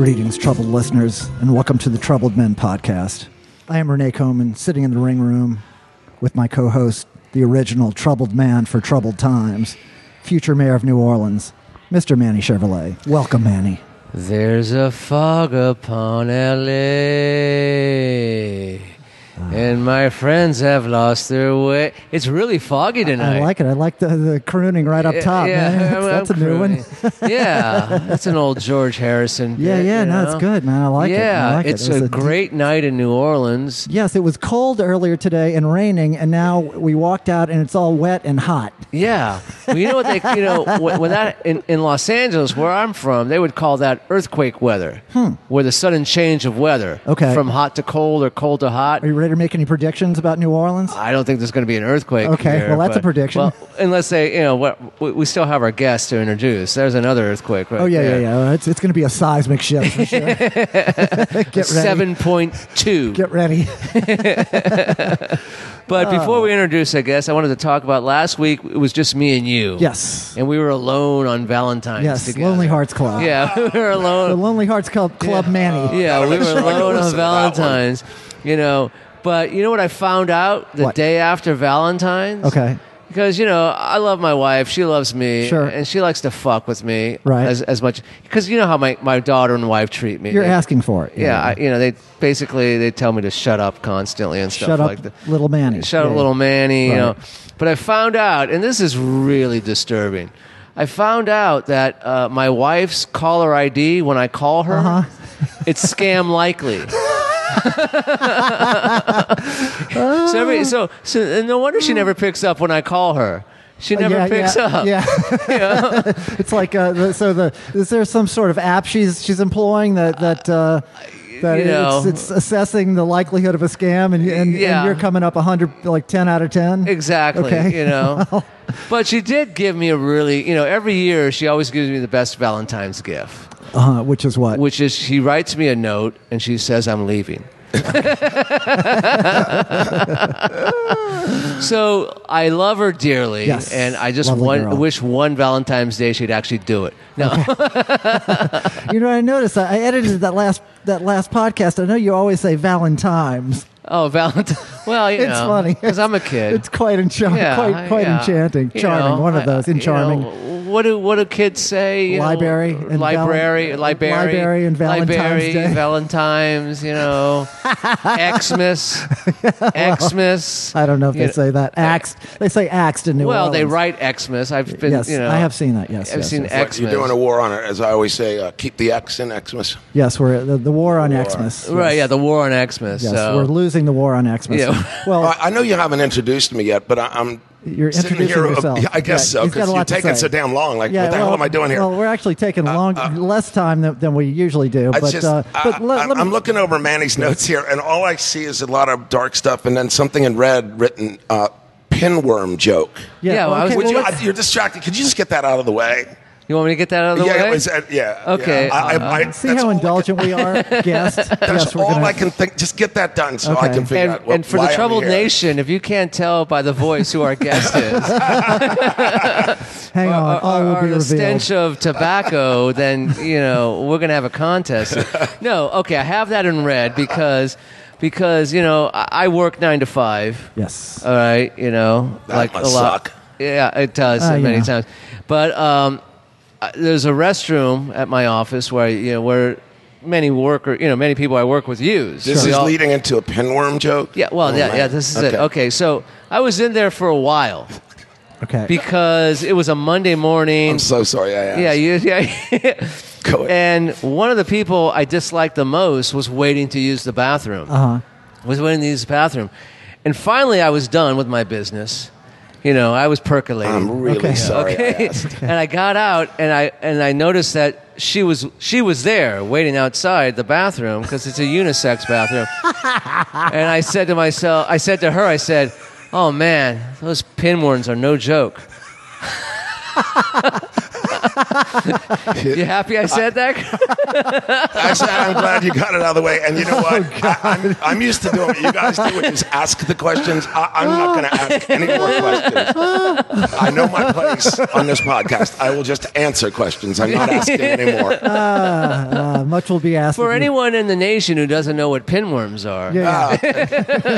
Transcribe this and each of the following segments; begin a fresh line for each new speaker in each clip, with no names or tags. Greetings, troubled listeners, and welcome to the Troubled Men podcast. I am Renee Coman, sitting in the ring room with my co host, the original troubled man for troubled times, future mayor of New Orleans, Mr. Manny Chevrolet. Welcome, Manny.
There's a fog upon LA. And my friends have lost their way. It's really foggy tonight.
I like it. I like the, the crooning right up top, man. That's,
I'm-
that's a
I'm
new one.
crooning. yeah, that's an old George Harrison.
Yeah,
bit,
yeah,
you
no,
know?
it's good, man. I like it. I
yeah,
like it.
it's
It was
a,
a deep-
great night in New Orleans.
Yes, it was cold earlier today and raining, and now we walked out and it's all wet and hot.
Yeah, well, you know what they, you know, wh- when that in, in Los Angeles, where I'm from, they would call that earthquake weather, where the sudden change of weather,
Hmm. Okay.
from hot to cold or cold to hot.
Are you ready to make any predictions about New Orleans?
I don't think there's going to be an earthquake.
Okay,
here,
well, that's a
but-
prediction.
Well, unless they, you know, what we, we still have our guests to introduce. There's another earthquake, right?
Oh yeah, yeah,
there.
yeah. It's, it's going to be a seismic shift for sure. Get ready.
Seven point two.
Get ready.
But
oh.
before we introduce our guest, I wanted to talk about last week. It was just me and you.
Yes.
And we were alone on Valentine's.
Yes.
together.
Lonely Hearts Club.
Yeah, we were
The
alone.
Lonely Hearts Club, Club Manny.
Yeah, we were
sure I can
alone on
listen to that one.
Valentine's. You know, but you know what I found out the
What?
day after Valentine's?
Okay.
Because you know, I love my wife. She loves me,
Sure.
and she likes to fuck with me,
Right.
As, as much because you know how my, my daughter and wife treat me.
You're
They-
asking for it.
yeah. I, you know, they basically they tell me to shut up constantly and stuff
Shut up,
like that.
little Manny.
Shut up,
Yeah.
little Manny. You know,
Right.
but I found out, and this is really disturbing. I found out that uh, my wife's caller ID when I call her,
Uh-huh.
it's scam likely. so, every, so so and no wonder she never picks up when I call her. She never
yeah,
picks
yeah,
up.
Yeah.
You know?
it's like uh, the, so. The is there some sort of app she's she's employing that that. Uh, that
you know.
it's, it's assessing the likelihood of a scam, and, and,
Yeah.
and you're coming up 100, like 10 out of 10.
Exactly.
Okay.
You know. but she did give me a really, you know, every year she always gives me the best Valentine's gift,
Uh, which is what?
which is she writes me a note and she says I'm leaving. so I love her dearly,
Yes.
and I just
Lovely
want,
girl.
wish one Valentine's Day she'd actually do it. No,
You know, I noticed I, I edited that last that last podcast. I know you always say Valentine's.
oh Valentine. Well, you
It's
know,
funny
because I'm a kid.
It's quite enchanting,
Yeah,
quite, quite
yeah.
enchanting,
You
charming.
know,
one of
I-
those, and
you know,
charming.
what do what do kids say? you know,
Library and
library,
Valen-
library,
library and Valentine's
library,
Day.
Valentine's. You know, Xmas, Xmas.
I don't know if
you
they say that. Axed. They say axed in New
Well,
Orleans.
they write Xmas. I've been,
Yes,
you know,
I have seen that. Yes,
I've
yes,
seen
yes.
But
Xmas.
You're doing a war on it, as I always say. Uh, keep the X in Xmas.
Yes, we're the, the war on
War.
Xmas.
right? Yeah,
Yes.
the war on Xmas.
Yes,
so.
we're losing the war on Xmas.
Yeah.
Well,
Oh, I I know you haven't introduced me yet, but I, I'm
You're
sitting
introducing
here, uh,
yourself.
Yeah, I guess
Yeah,
so
he's got a
because
lot
you're
to
taking
say.
so damn long. Like,
yeah,
what the
well,
hell am I doing here?
Well, we're actually taking long, less time than, than we usually do.
I
But
just,
uh,
I,
but let,
I,
let me,
am looking over Manny's notes here, and all I see is a lot of dark stuff, and then something in red written. Uh, Pinworm joke.
Yeah, well, I was-
okay,
Would
Would
well,
you,
let's-
I- you're distracted. Could you just get that out of the way?
you want me to get that out of the
yeah,
way?
it was, uh, yeah.
Okay,
yeah. I, I,
uh,
I,
Uh-huh. See
that's
how
all I
indulgent we are, guest.
can- That's
yes, we're
all
gonna,
I can think. Just get that done, so I
Okay.
can figure
and,
out. What,
and for
why
the
I'm
troubled
here.
nation, if you can't tell by the voice who our guest is,
Hang on,
or,
all
or-
will
or
be
uh, the
revealed.
stench of tobacco, then you know we're gonna have a contest. No, okay, I have that in red because because you know I, I work nine to five.
yes.
All right, you know,
That
like
must
a lot.
suck.
Yeah, it does
Uh,
many
yeah.
times. But um, I- there's a restroom at my office where you know where many worker you know many people I work with use.
This
We
is
all-
leading into a pinworm joke.
Yeah, well,
Oh,
yeah,
man.
yeah. This is it.
Okay.
Okay, so I was in there for a while
okay.
because it was a Monday morning.
I'm so sorry. I asked.
Yeah, you, yeah.
Go ahead.
and one of the people I disliked the most was waiting to use the bathroom.
uh-huh.
Was waiting to use the bathroom, and finally I was done with my business. You know, I was percolating.
I'm really
Okay.
sorry. I
okay,
asked.
and I got out and I and I noticed that she was she was there waiting outside the bathroom because it's a unisex bathroom. and I said to myself, I said to her, I said, "Oh man, those pinworms are no joke." You happy I said that?
I said, I'm glad you got it out of the way. And you
Oh,
know what? I, am I'm used to doing what you guys do, which is ask the questions. I, I'm not going to ask any more questions. I know my place on this podcast. I will just answer questions. I'm not asking anymore.
Uh, much will be asked
For Ah,
of you.
anyone in the nation who doesn't know what pinworms are,
Yeah, yeah.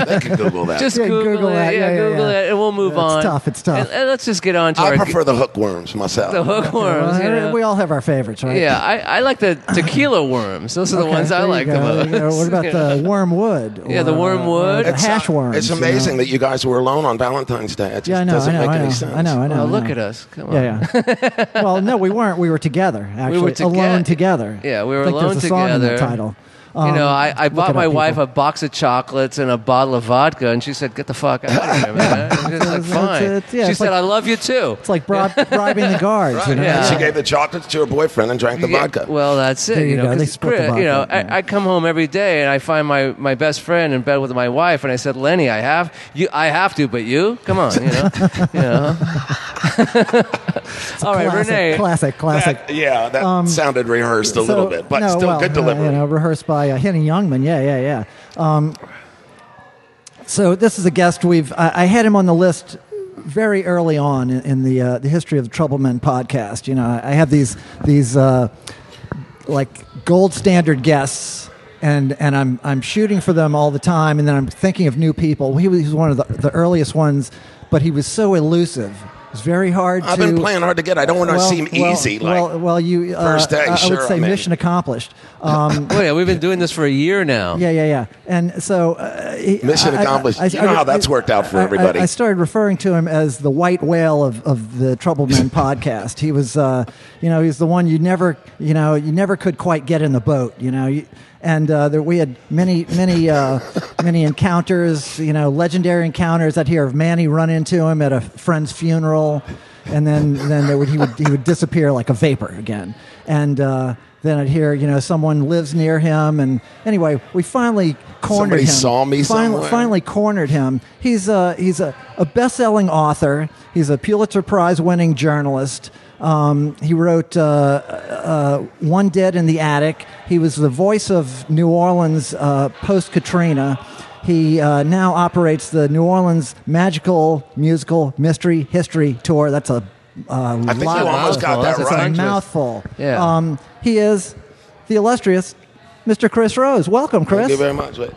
They can Google that.
just
Yeah,
Google,
Google
it.
that.
Yeah,
Yeah, yeah,
Google
yeah.
it, and we'll move
Yeah, it's
on.
tough, it's tough.
And- and let's just get on to
I
our
prefer the hookworms myself.
the hookworms.
Well,
you know?
We all have our favorites, right?
yeah, I, I like the tequila worms. Those are the
Okay,
ones I
there you
like
go,
the
there
most.
you go. What about
You know?
the wormwood?
Yeah, the
or, uh,
wormwood.
or the
It's,
hash worms.
It's
you know?
amazing that you guys were alone on Valentine's Day. It just
Yeah, I know.
doesn't
I know.
make
I
any
know,
sense.
I know. I know.
Oh,
I
look
know.
at us. Come on.
um, Yeah, yeah. well, no, we weren't. We were together. Actually,
were
alone
together.
together.
Yeah, we were
I think
alone
there's a song in the
together.
title.
you
Um,
know, I, I
look it
bought
up,
my wife
people.
a box of chocolates and a bottle of vodka, and she said, "Get the fuck out of here, man." And it's like,
It's-
fine.
it's- yeah,
she
it's
said,
like-
"I love you too."
It's like bri- bribing the guards. you know?
yeah.
She gave the chocolates to her boyfriend and drank the
Yeah,
vodka.
Well, that's it.
There you
know,
go.
'cause
They split the
Chris- you know,
vodka, yeah.
I, I come home every day and I find my, my best friend in bed with my wife, and I said, Lenny, I have you. I have to, but you, come on, you know, you know. All right,
classic,
Renee.
Classic, classic.
That- yeah, that sounded rehearsed a little
um, So-
bit, but
no,
still
well,
good
uh,
delivery.
you know, rehearsed by uh, Henny Youngman. Yeah, yeah, yeah. Um, so this is a guest we've. I, I had him on the list very early on in, in the uh, the history of the Trouble Men podcast. You know, I, I have these these uh, like gold standard guests. And, and I'm, I'm shooting for them all the time, and then I'm thinking of new people. He was he was one of the, the earliest ones, but he was so elusive. It was very hard
I've
to.
been playing hard to get. I don't want to
Well,
seem
well,
easy. Like,
well, well, you uh,
first day,
I, I
sure,
would say
I'm in.
mission accomplished. Um,
Wait, we've been doing this for a year now.
yeah, yeah, yeah. And so uh, he-
Mission
I- I-
accomplished.
I-
You
I-
know how that's worked out for
I- I-
everybody.
I, started referring to him as the white whale of, of the Troubled Men podcast. He was, uh, you know, he's the one you never, you know, you never could quite get in the boat, you know. You, and uh, there, we had many, many, uh, many encounters, you know, legendary encounters. I'd hear of Manny run into him at a friend's funeral, and then then there would, he would he would disappear like a vapor again. And uh, then I'd hear, you know, someone lives near him. And anyway, we finally cornered
Somebody
him.
saw me
finally,
somewhere.
finally cornered him. He's a he's a, a best selling author. He's a Pulitzer Prize winning journalist. Um, he wrote uh, uh, One Dead in the Attic. He was the voice of New Orleans uh, post Katrina. He uh, now operates the New Orleans Magical Musical Mystery History Tour. That's a uh,
I think you
lot-
almost got that
That's a
right.
mouthful.
Yeah.
Um, he is the illustrious Mr. Chris Rose. Welcome, Chris.
Thank you very much. uh, Wait.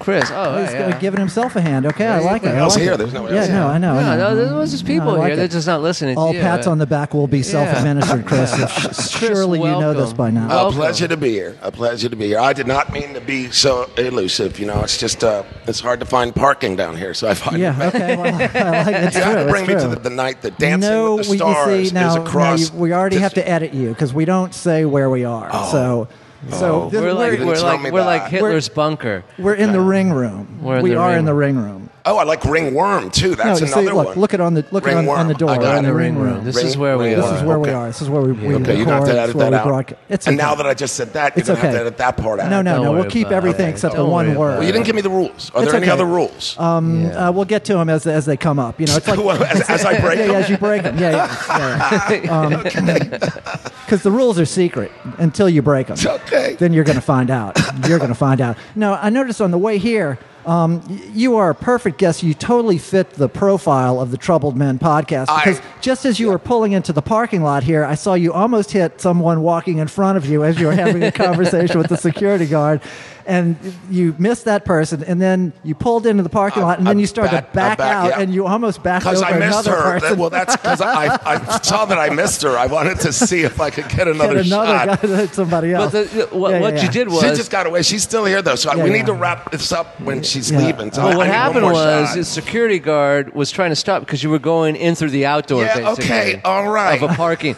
Chris. Oh,
He's
yeah,
gonna-
yeah.
giving himself a hand. Okay, I like it. I
Nobody else
like
here.
it.
There's nobody
yeah,
else
no, I know. I
No,
know, I
no,
know.
there was just people
I like
here. They're
it.
just not listening. to
All
you.
pats on the back will be self-administered, Chris. Surely you know this
welcome.
by now.
Welcome.
A pleasure to be here. A pleasure to be here. I did not mean to be so elusive. You know, it's just uh, it's hard to find parking down here, so I find
yeah. Okay. Well, I like it. It's
You
true,
had to
it's
bring me to
true.
the, the night that Dancing
no,
with
we,
the
you
Stars
see, now,
is
now
across.
you- we already have
distance.
to edit you because we don't say where we are.
Oh.
So, so this-
We're like
didn't
we're
tell
like
me
we're
that.
like
We're-
Hitler's bunker.
we're in the ring room.
We're in
We
the
are
ring
in the ring room.
Oh, I like Ringworm too. That's
no, you
another
see, look,
one.
look it on the look it on,
Ringworm.
on the door.
I got
on
it.
In the ring room. Uh, This
Ring-
is where we
ring
are.
This is where we
Okay.
are. This is where we, we
Okay,
record.
you don't have to
it's
edit
where
that
we
out.
broadca- It's
and
okay.
now that I just said that, you
It's
don't have
okay.
to edit that part out.
No, no,
Don't
no.
worry
We'll keep
about
everything
it.
except
Don't
the
worry
one
about
word.
it.
Well, you didn't give me the rules. Are
It's
there any
okay.
other rules?
Um,
Yeah.
uh, we'll get to them as as they come up. You know, it's like
Well, as, as I break
yeah,
them?
yeah, as you break them. Yeah, yeah, because the rules are secret until you break them.
okay.
Then you're going to find out. You're going to find out. Now, I noticed on the way here, um, y- you are a perfect guest. You totally fit the profile of the Troubled Men podcast.
I-
Because just as you were pulling into the parking lot here, I saw you almost hit someone walking in front of you as you were having a conversation with the security guard. And you missed that person, and then you pulled into the parking
I-
lot, and then
I
you started
back-
to back
I back-
out,
yeah.
and you almost backed
Because
over
I missed
another
her.
person.
That- well, that's because I, I saw that I missed her. I wanted to see if I could get another,
Get another
shot.
guy to hit somebody
But
else.
the, the- what,
Yeah, yeah,
what
yeah.
you did
She
was
just got away. She's still here, though, so
Yeah,
we
yeah.
need to wrap this up when she's
Yeah.
leaving. So I-
Well, what
I need one
happened
more
was
shot.
the security guard was trying to stop because you were going in through the outdoor.
Yeah,
basically,
okay, all right.
Of a parking,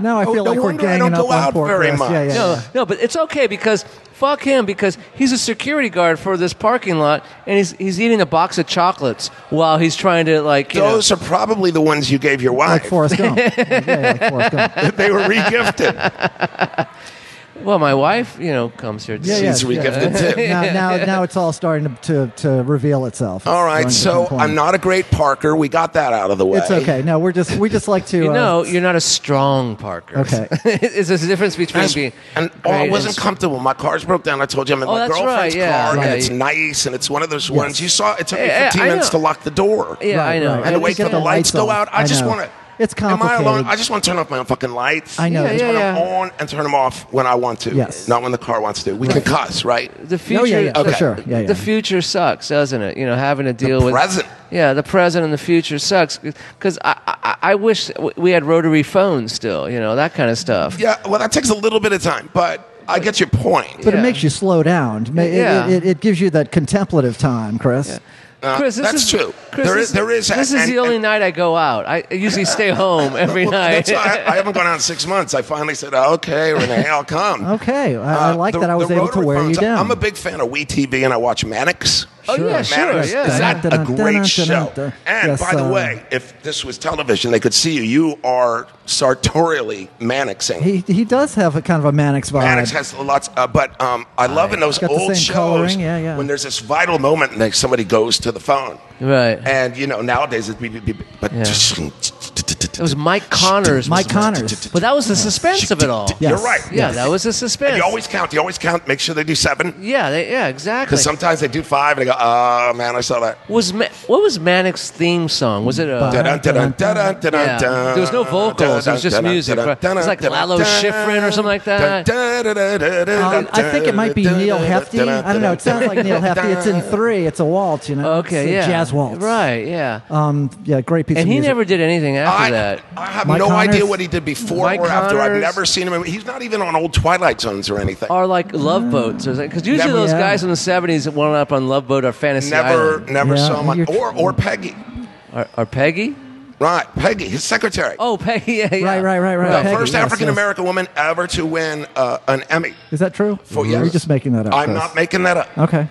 now I
Oh,
feel
no
like we're
wonder I
ganging
don't
up
go
on
out
poor
very
Chris.
much.
Yeah, yeah,
no,
yeah.
no, but it's okay because fuck him because he's a security guard for this parking lot and he's he's eating a box of chocolates while he's trying to like you know-
Those are probably the ones you gave your
Like
wife.
Forrest Gump. yeah, yeah, like Forrest Gump.
they were regifted.
Well, my wife, you know, comes here. To
Yeah,
see
yeah.
She's regifted too.
Now, now, now it's all starting to, to, to reveal itself.
All
Going
right,
to
so
complain.
I'm not a great parker. We got that out of the way.
It's okay. No, we're just we just like to.
You
uh,
know, you're not a strong Parker.
Okay.
it's a difference between
And,
being.
and oh, I
great
wasn't
and-
comfortable. My car's broke down. I told you I'm in
Oh,
my
that's right,
girlfriend's
yeah.
car,
Right.
and it's nice, and it's one of those ones you saw. It took me
Yeah, yeah,
15
I
minutes
know.
to lock the door.
Yeah, I know.
right.
And to
Just get
wait till the
the
lights
lights
go
off.
out. I,
I
just
know.
want to.
It's
Am I alone?
complicated.
I just want to turn off my own fucking lights.
I know.
Yeah,
That's
yeah,
Turn them
yeah.
on and turn them off when I want to.
Yes.
Not when the car wants to. We can cuss, right?
The future,
Oh, yeah, yeah, for
the-
sure. Yeah, yeah.
the future sucks, doesn't it? You know, having to deal with
present.
Yeah, the present and the future sucks because I, I I wish w- we had rotary phones still. You know, that kind of stuff.
Yeah, well, that takes a little bit of time, but I get your point.
But
Yeah.
it makes you slow down. Ma- It,
Yeah.
it, it, it gives you that contemplative time, Chris.
Uh,
Chris, this
that's
is,
true.
Chris,
There
this-
is- there is a-
This is
and-
the only
and-
night I go out. I I usually stay home every
Well,
night.
that's why I, I haven't gone out in six months. I finally said, okay, Renee, I'll come.
Okay, I, I
Uh,
like
the-
that. I was
the
able to
rotary
wear you
phones,
down.
I'm a big fan of WE TV and I watch Mannix.
oh
Sure.
yeah, sure,
Mannix
yeah.
is that a great show.
Dun-dun-dun-dun-dun.
And
Yes,
by the
uh,
way, if this was television, they could see you. You are sartorially Mannixing.
He he does have a kind of a Mannix vibe.
Mannix has lots, uh, but um, I love in those
Got the
old
same
shows
coloring, yeah, yeah.
when there's this vital moment and like, somebody goes to the phone.
Right.
And you know nowadays it's beep, beep, beep, but
Yeah. It was Mike Connors.
Mike
was my-
Connors.
But that was the suspense of it all.
Yes.
You're right.
Yeah, that was the suspense.
And you always count. You always count. Make sure they do seven
yeah, they, yeah, exactly.
because sometimes they do five and they go, oh man, I saw that.
was Ma- what was Manic's theme song? Was it a?
Ba-
Dun, dun, dun, dun, dun, dun,
Yeah.
dun,
There was no vocals, it was just
dun, dun,
music,
dun,
right?
dun,
It was like
dun,
Lalo
dun,
Schifrin or something like that.
dun, dun, dun, dun, dun,
Um,
dun,
I think it might be
dun,
Neil
dun,
Hefty.
dun, dun,
I don't know. It sounds like Neil Hefty. It's in three. It's a waltz, you know. it's
okay,
a
yeah,
jazz waltz.
Right, yeah.
Um. Yeah. Great piece.
and
of
he
music.
never did anything after
I,
that.
I have
Mike
no idea
Connors?
what he did before
Mike
or after. I've
Connors?
never seen him. He's not even on old Twilight Zones or anything.
Or like Love Boat, because usually
Never-
those
Yeah.
guys in the '70s that went up on Love Boat are Fantasy
never,
Island
never
Yeah,
saw him. on-
you're-
Or, or Peggy.
or, or Peggy.
Right, Peggy, his secretary.
Oh, Peggy, yeah, yeah.
Right, right, right, right.
the
Peggy,
first
yes,
African American woman ever to win uh, an Emmy.
Is that true?
For-
Or Are you
yes.
just making that up?
I'm
Chris?
not making that up.
Okay.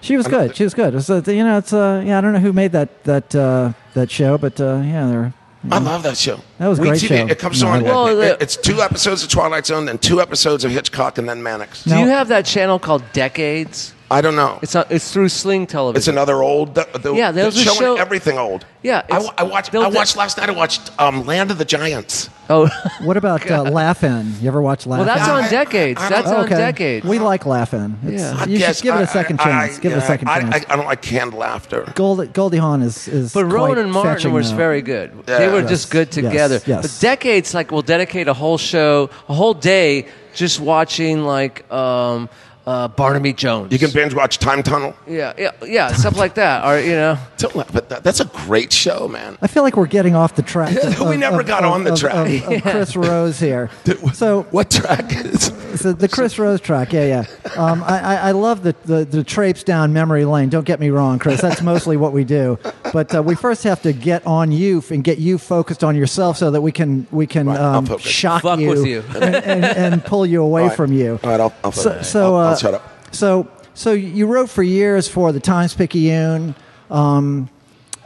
She was good. She was good. It was, uh, you know, it's uh, yeah. I don't know who made that that uh, that show, but uh, yeah, they're
I love that show.
That was a
We
great
TV,
show.
It comes
No, I love
on.
it.
it-
Well, the-
it's two episodes of Twilight Zone, then two episodes of Hitchcock, and then Mannix.
Do
No.
you have that channel called Decades?
I don't know. It's,
It's not, it's through Sling Television.
another old. The, the,
Yeah, those
they're
are
showing
show-
everything old.
Yeah,
I,
it's-
wa- I watched.
they'll
I
do-
watched last night. I watched um, Land of the Giants.
oh.
What about uh, Laugh-In? You ever watch Laugh-In?
Well, that's
Yeah,
on
I-
decades.
I don't-
that's
Oh,
on
okay.
decades.
We like Laugh-In. It's,
Yeah.
You
Yes,
should give it
I-
a second
I-
chance. give it a
yeah,
second
I,
chance.
I, I don't like canned laughter.
Gold, Goldie Hawn is is.
But
quite
Rowan and Martin
fetching,
were
though.
very good.
Yeah.
They were
Yes,
just good
yes,
together.
yes.
But decades, like, we'll dedicate a whole show, a whole day, just watching like um, uh, Barnaby Jones.
You can binge watch Time Tunnel.
yeah, yeah, yeah, stuff like that. Or you know,
Don't laugh at that. That's a great show, man.
I feel like we're getting off the track. of-
We
of-
never
of-
got
of-
on the
of-
track.
of- of Chris Rose here. So
What track is?
So the Chris Rose track, yeah, yeah. Um, I, I, I love the, the, the traipse down memory lane. Don't get me wrong, Chris. That's mostly what we do. But uh, we first have to get on you f- and get you focused on yourself so that we can we can
Right, I'll
um,
focus.
shock
Fuck
you,
with you.
And, and, and pull you away
All right.
from you.
All right, I'll- I'll
so,
focus.
so,
I'll- I'll
uh,
shut up.
So so you wrote for years for the Times Picayune. Um,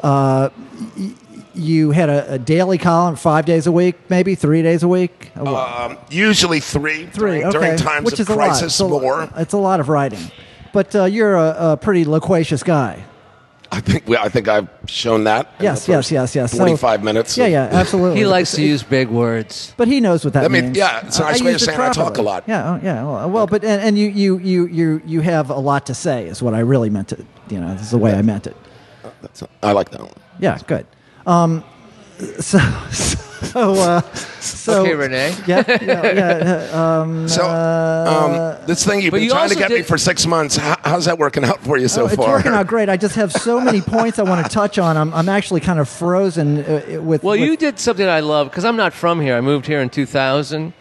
uh, y- you had a, a daily column five days a week, maybe three days a week.
Um, usually three.
Three,
during,
okay.
during times
Which
of
is a lot.
crisis,
It's a,
war.
It's a lot of writing, but uh, you're a, a pretty loquacious guy.
I think we, I think I've shown that. in
Yes,
the
yes,
first
yes, yes. So-
Forty-five minutes.
Yeah, yeah, absolutely.
he likes to use big words.
but he knows what that
I mean,
means.
yeah, it's a
I-
nice
I
way of
used it
saying I talk
properly.
a lot.
Yeah, oh, yeah. Well, well, but and, and you, you, you, you, you have a lot to say is what I really meant it. You know, this is the way I meant it.
That's- I like that one.
Yeah, good. Um, so, so, uh, so
Okay, Renee.
Yeah, yeah, yeah. uh,
So, um, this thing you've
But
been
you
trying to
also
get me
did-
for six months. How, how's that working out for you so
Oh, it's
far?
working out great. I just have so many points I want to touch on. I'm, I'm actually kind of frozen uh, with.
Well,
with
you did something I love because I'm not from here. I moved here in 2000,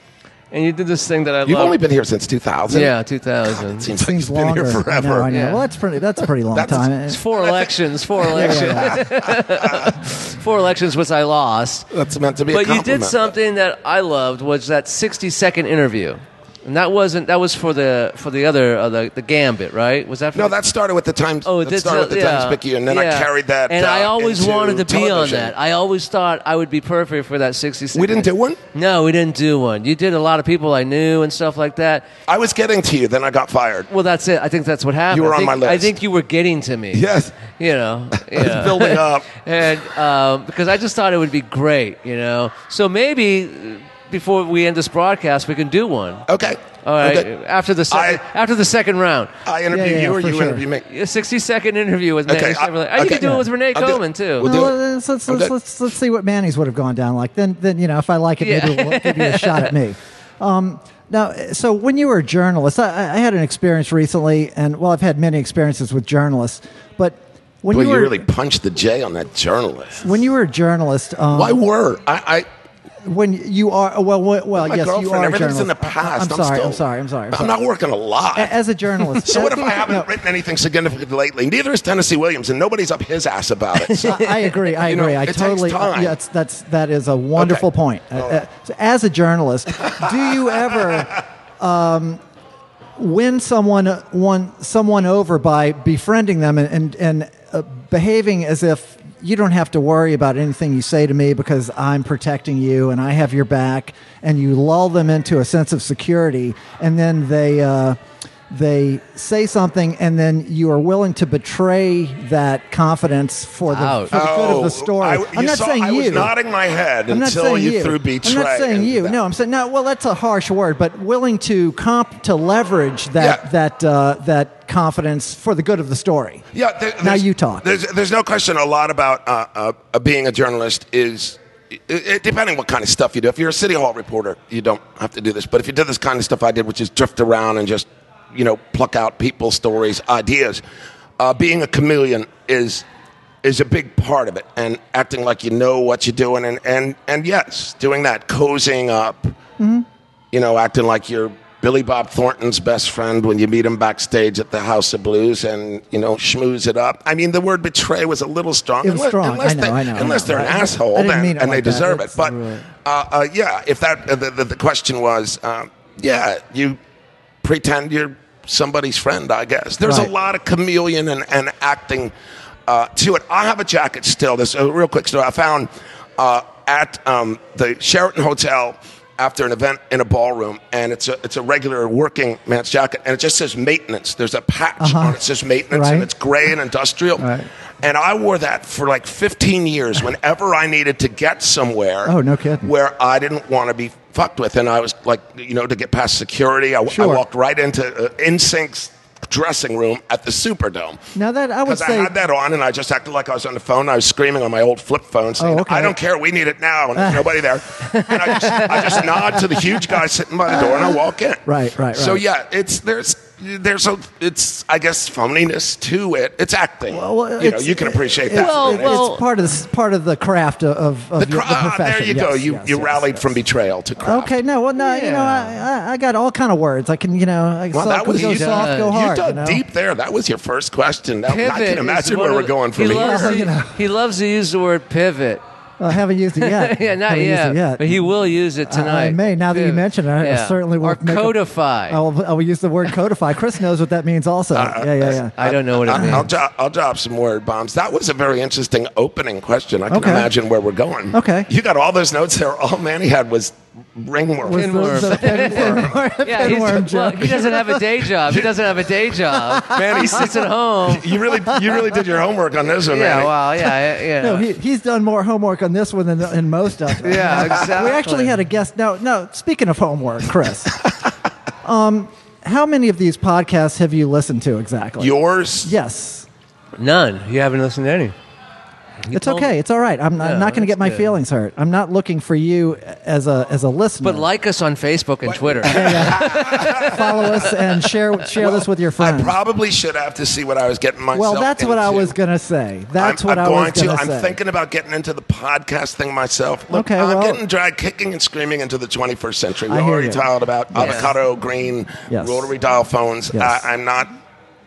and you did this thing that I
You've
love.
only been here since 2000.
yeah,
It
2000.
seems,
seems
like you've
longer.
been here
I know,
forever.
I know.
Yeah.
Well, that's pretty. That's a pretty long
That's-
time. Uh,
It's four elections. Four elections. Four elections, which I lost.
That's meant to be. a
But you did
compliment.
something that I loved was that 60 second interview. And that wasn't that was for the for the other uh, the, the gambit, right? Was that for
No, that started with the Times.
Oh,
that
this
started with the
yeah,
Times Picayune, and then
yeah.
I carried that.
And
uh,
I always
into
wanted to be on
television.
that. I always thought I would be perfect for that 66.
We didn't do one.
No, we didn't do one. You did a lot of people I knew and stuff like that.
I was getting to you, then I got fired.
Well, that's it. I think that's what happened.
You were
I
on
think-
my list.
I think you were getting to me.
Yes.
You know, you know.
building up.
and um, because I just thought it would be great, you know. So maybe uh, before we end this broadcast, we can do one.
Okay.
All right.
Okay.
After the second,
I-
after the second round,
I interview
Yeah, yeah,
you, or
for
you
sure.
interview me.
a sixty-second interview with Manny
Okay, I-
Chamberlain. I, you
okay.
could do it with Renee
I'll do-
Coleman too.
We'll do
No,
it.
let's, let's,
I'm
let's,
good.
let's, let's see what Manny's would have gone down like. Then, then you know, if I like it, maybe we'll give you a shot at me. Um, now, so when you were a journalist, I, I had an experience recently, and well, I've had many experiences with journalists, but when
Well,
you
you,
were
really punched the J on that journalist.
when you were a journalist, um,
Why were I?
when you are uh, well, well, well
I my
yes,
girlfriend.
you are. a
everything's in the
journalist. I-
past.
I'm, sorry,
still-
I'm sorry. I'm sorry. I'm sorry.
not working a lot.
A- As a journalist,
so what if I haven't
No.
written anything significant lately? Neither is Tennessee Williams, and nobody's up his ass about it. So
I, I agree. I
You know,
agree. I
it takes
totally.
time.
Yeah, it's, that's that is a wonderful
Okay. Oh.
point. Uh, uh, so as a journalist, do you ever um, win someone one someone over by befriending them and and, and uh, behaving as if you don't have to worry about anything you say to me because I'm protecting you and I have your back, and you lull them into a sense of security, and then they. Uh, they say something, and then you are willing to betray that confidence for the,
Ouch.
for the good of
Oh,
the story.
I,
I,
you
am not
saw,
saying
I
you.
was nodding my head
I'm not
until
saying
you,
you.
threw betray.
I'm not saying
into
you.
that.
No, I'm saying no. Well, that's a harsh word, but willing to comp to leverage that
Yeah.
that uh, that confidence for the good of the story.
Yeah. There,
Now
there's-
you talk.
There's, there's no question. A lot about uh, uh, uh, being a journalist is. It, it, depending what kind of stuff you do. If you're a city hall reporter, you don't have to do this. But if you did this kind of stuff I did, which is drift around and just, you know, pluck out people's stories, ideas, uh, being a chameleon is is a big part of it. And acting like you know what you're doing, and and and yes, doing that, cozying up, you know, acting like you're Billy Bob Thornton's best friend when you meet him backstage at the House of Blues and, you know, schmooze it up. I mean, the word betray was a little strong.
It was strong. I know,
they,
I know, I
Unless
know.
they're
I- I
an asshole
didn't
then,
mean it
and
like
they
that.
deserve
It's
it. But,
really-
uh, uh, yeah, if that, uh, the, the, the question was, uh, yeah, you pretend you're somebody's friend, I guess. There's
Right.
a lot of chameleon and, and acting uh, to it. I have a jacket still. This a real quick story. I found uh, at um, the Sheraton Hotel after an event in a ballroom, and it's a it's a regular working man's jacket, and it just says maintenance. There's a patch
Uh-huh.
on it. It says maintenance,
Right.
and it's gray and industrial.
Right.
And I wore that for like 15 years. Whenever I needed to get somewhere,
Oh, no kidding.
where I didn't want to be fucked with, and I was like, you know, to get past security, I,
Sure.
I walked right into uh, InSync's dressing room at the Superdome.
Now that I would
Because I
say
had that on and I just acted like I was on the phone. I was screaming on my old flip phone saying,
Oh, okay.
I don't care. We need it now. And there's nobody there. And I just, I just nod to the huge guy sitting by the door and I walk in.
Right, right,
So,
right.
yeah, it's there's. There's a, it's I guess phoniness to it. It's acting.
well,
you know,
it's-
you can appreciate that.
Well,
it's
well-
part of the, part of the craft of, of, of
the,
your,
cra-
the
ah,
profession.
there you
Yes,
go. You
yes,
you
yes,
rallied
yes.
from betrayal to craft.
Okay, no, well, no, you know, I, I, I got all kind of words. I can, you know, I
Well,
soft,
that was
go
you
soft,
dug-
go hard.
You dug
you know?
deep there. That was your first question. Now, I
Pivot
can
is
imagine
one
where
of-
we're going from
he
here.
Loves,
Well, you know.
he loves to use the word pivot.
Well, I haven't used it yet.
yeah, not
Haven't used
yet,
it yet.
But he will use it
I-
tonight.
I may. Now that you
Pivot.
mention it, I I
Yeah.
certainly will.
Or
make a-
codify.
I will, I will use the word codify. Chris knows what that means also.
Uh,
yeah, yeah, yeah.
I don't know what it
I-
means.
I'll, drop, I'll drop some word bombs. That was a very interesting opening question. I can
Okay.
imagine where we're going.
Okay.
You got all those notes there. All Manny had was ringworm.
Was the-
Pinworm.
the pin- pinworm-
yeah, he's,
pinworm
look,
joke.
he doesn't have a day job. He doesn't have a day job.
Manny,
he sits at home.
you really, you really did your homework on this one,
Yeah,
Manny.
well, yeah, yeah.
No, he, he's done more homework on this one than, than most of them.
Yeah,
We actually
exactly.
had a guest. No, no. Speaking of homework, Chris, um, how many of these podcasts have you listened to exactly?
Yours.
yes,
None. You haven't listened to any. You
it's
told
okay.
me.
It's all right. I'm not,
Yeah,
going to get
that's
my
good.
feelings hurt. I'm not looking for you as a as a listener.
But like us on Facebook and Twitter.
follow us and share share this with your
I
friends.
probably should have to see what I was getting myself.
well, that's what I
into.
was going to say. That's
I'm,
what
I'm
I
going
was going
to.
to say.
I'm thinking about getting into the podcast thing myself. Look,
Okay,
I'm
well-
getting dragged kicking and screaming into the 21st century.
I
We're
hear
already
you.
talked about avocado green
Yes.
rotary dial phones.
Yes.
I, I'm not.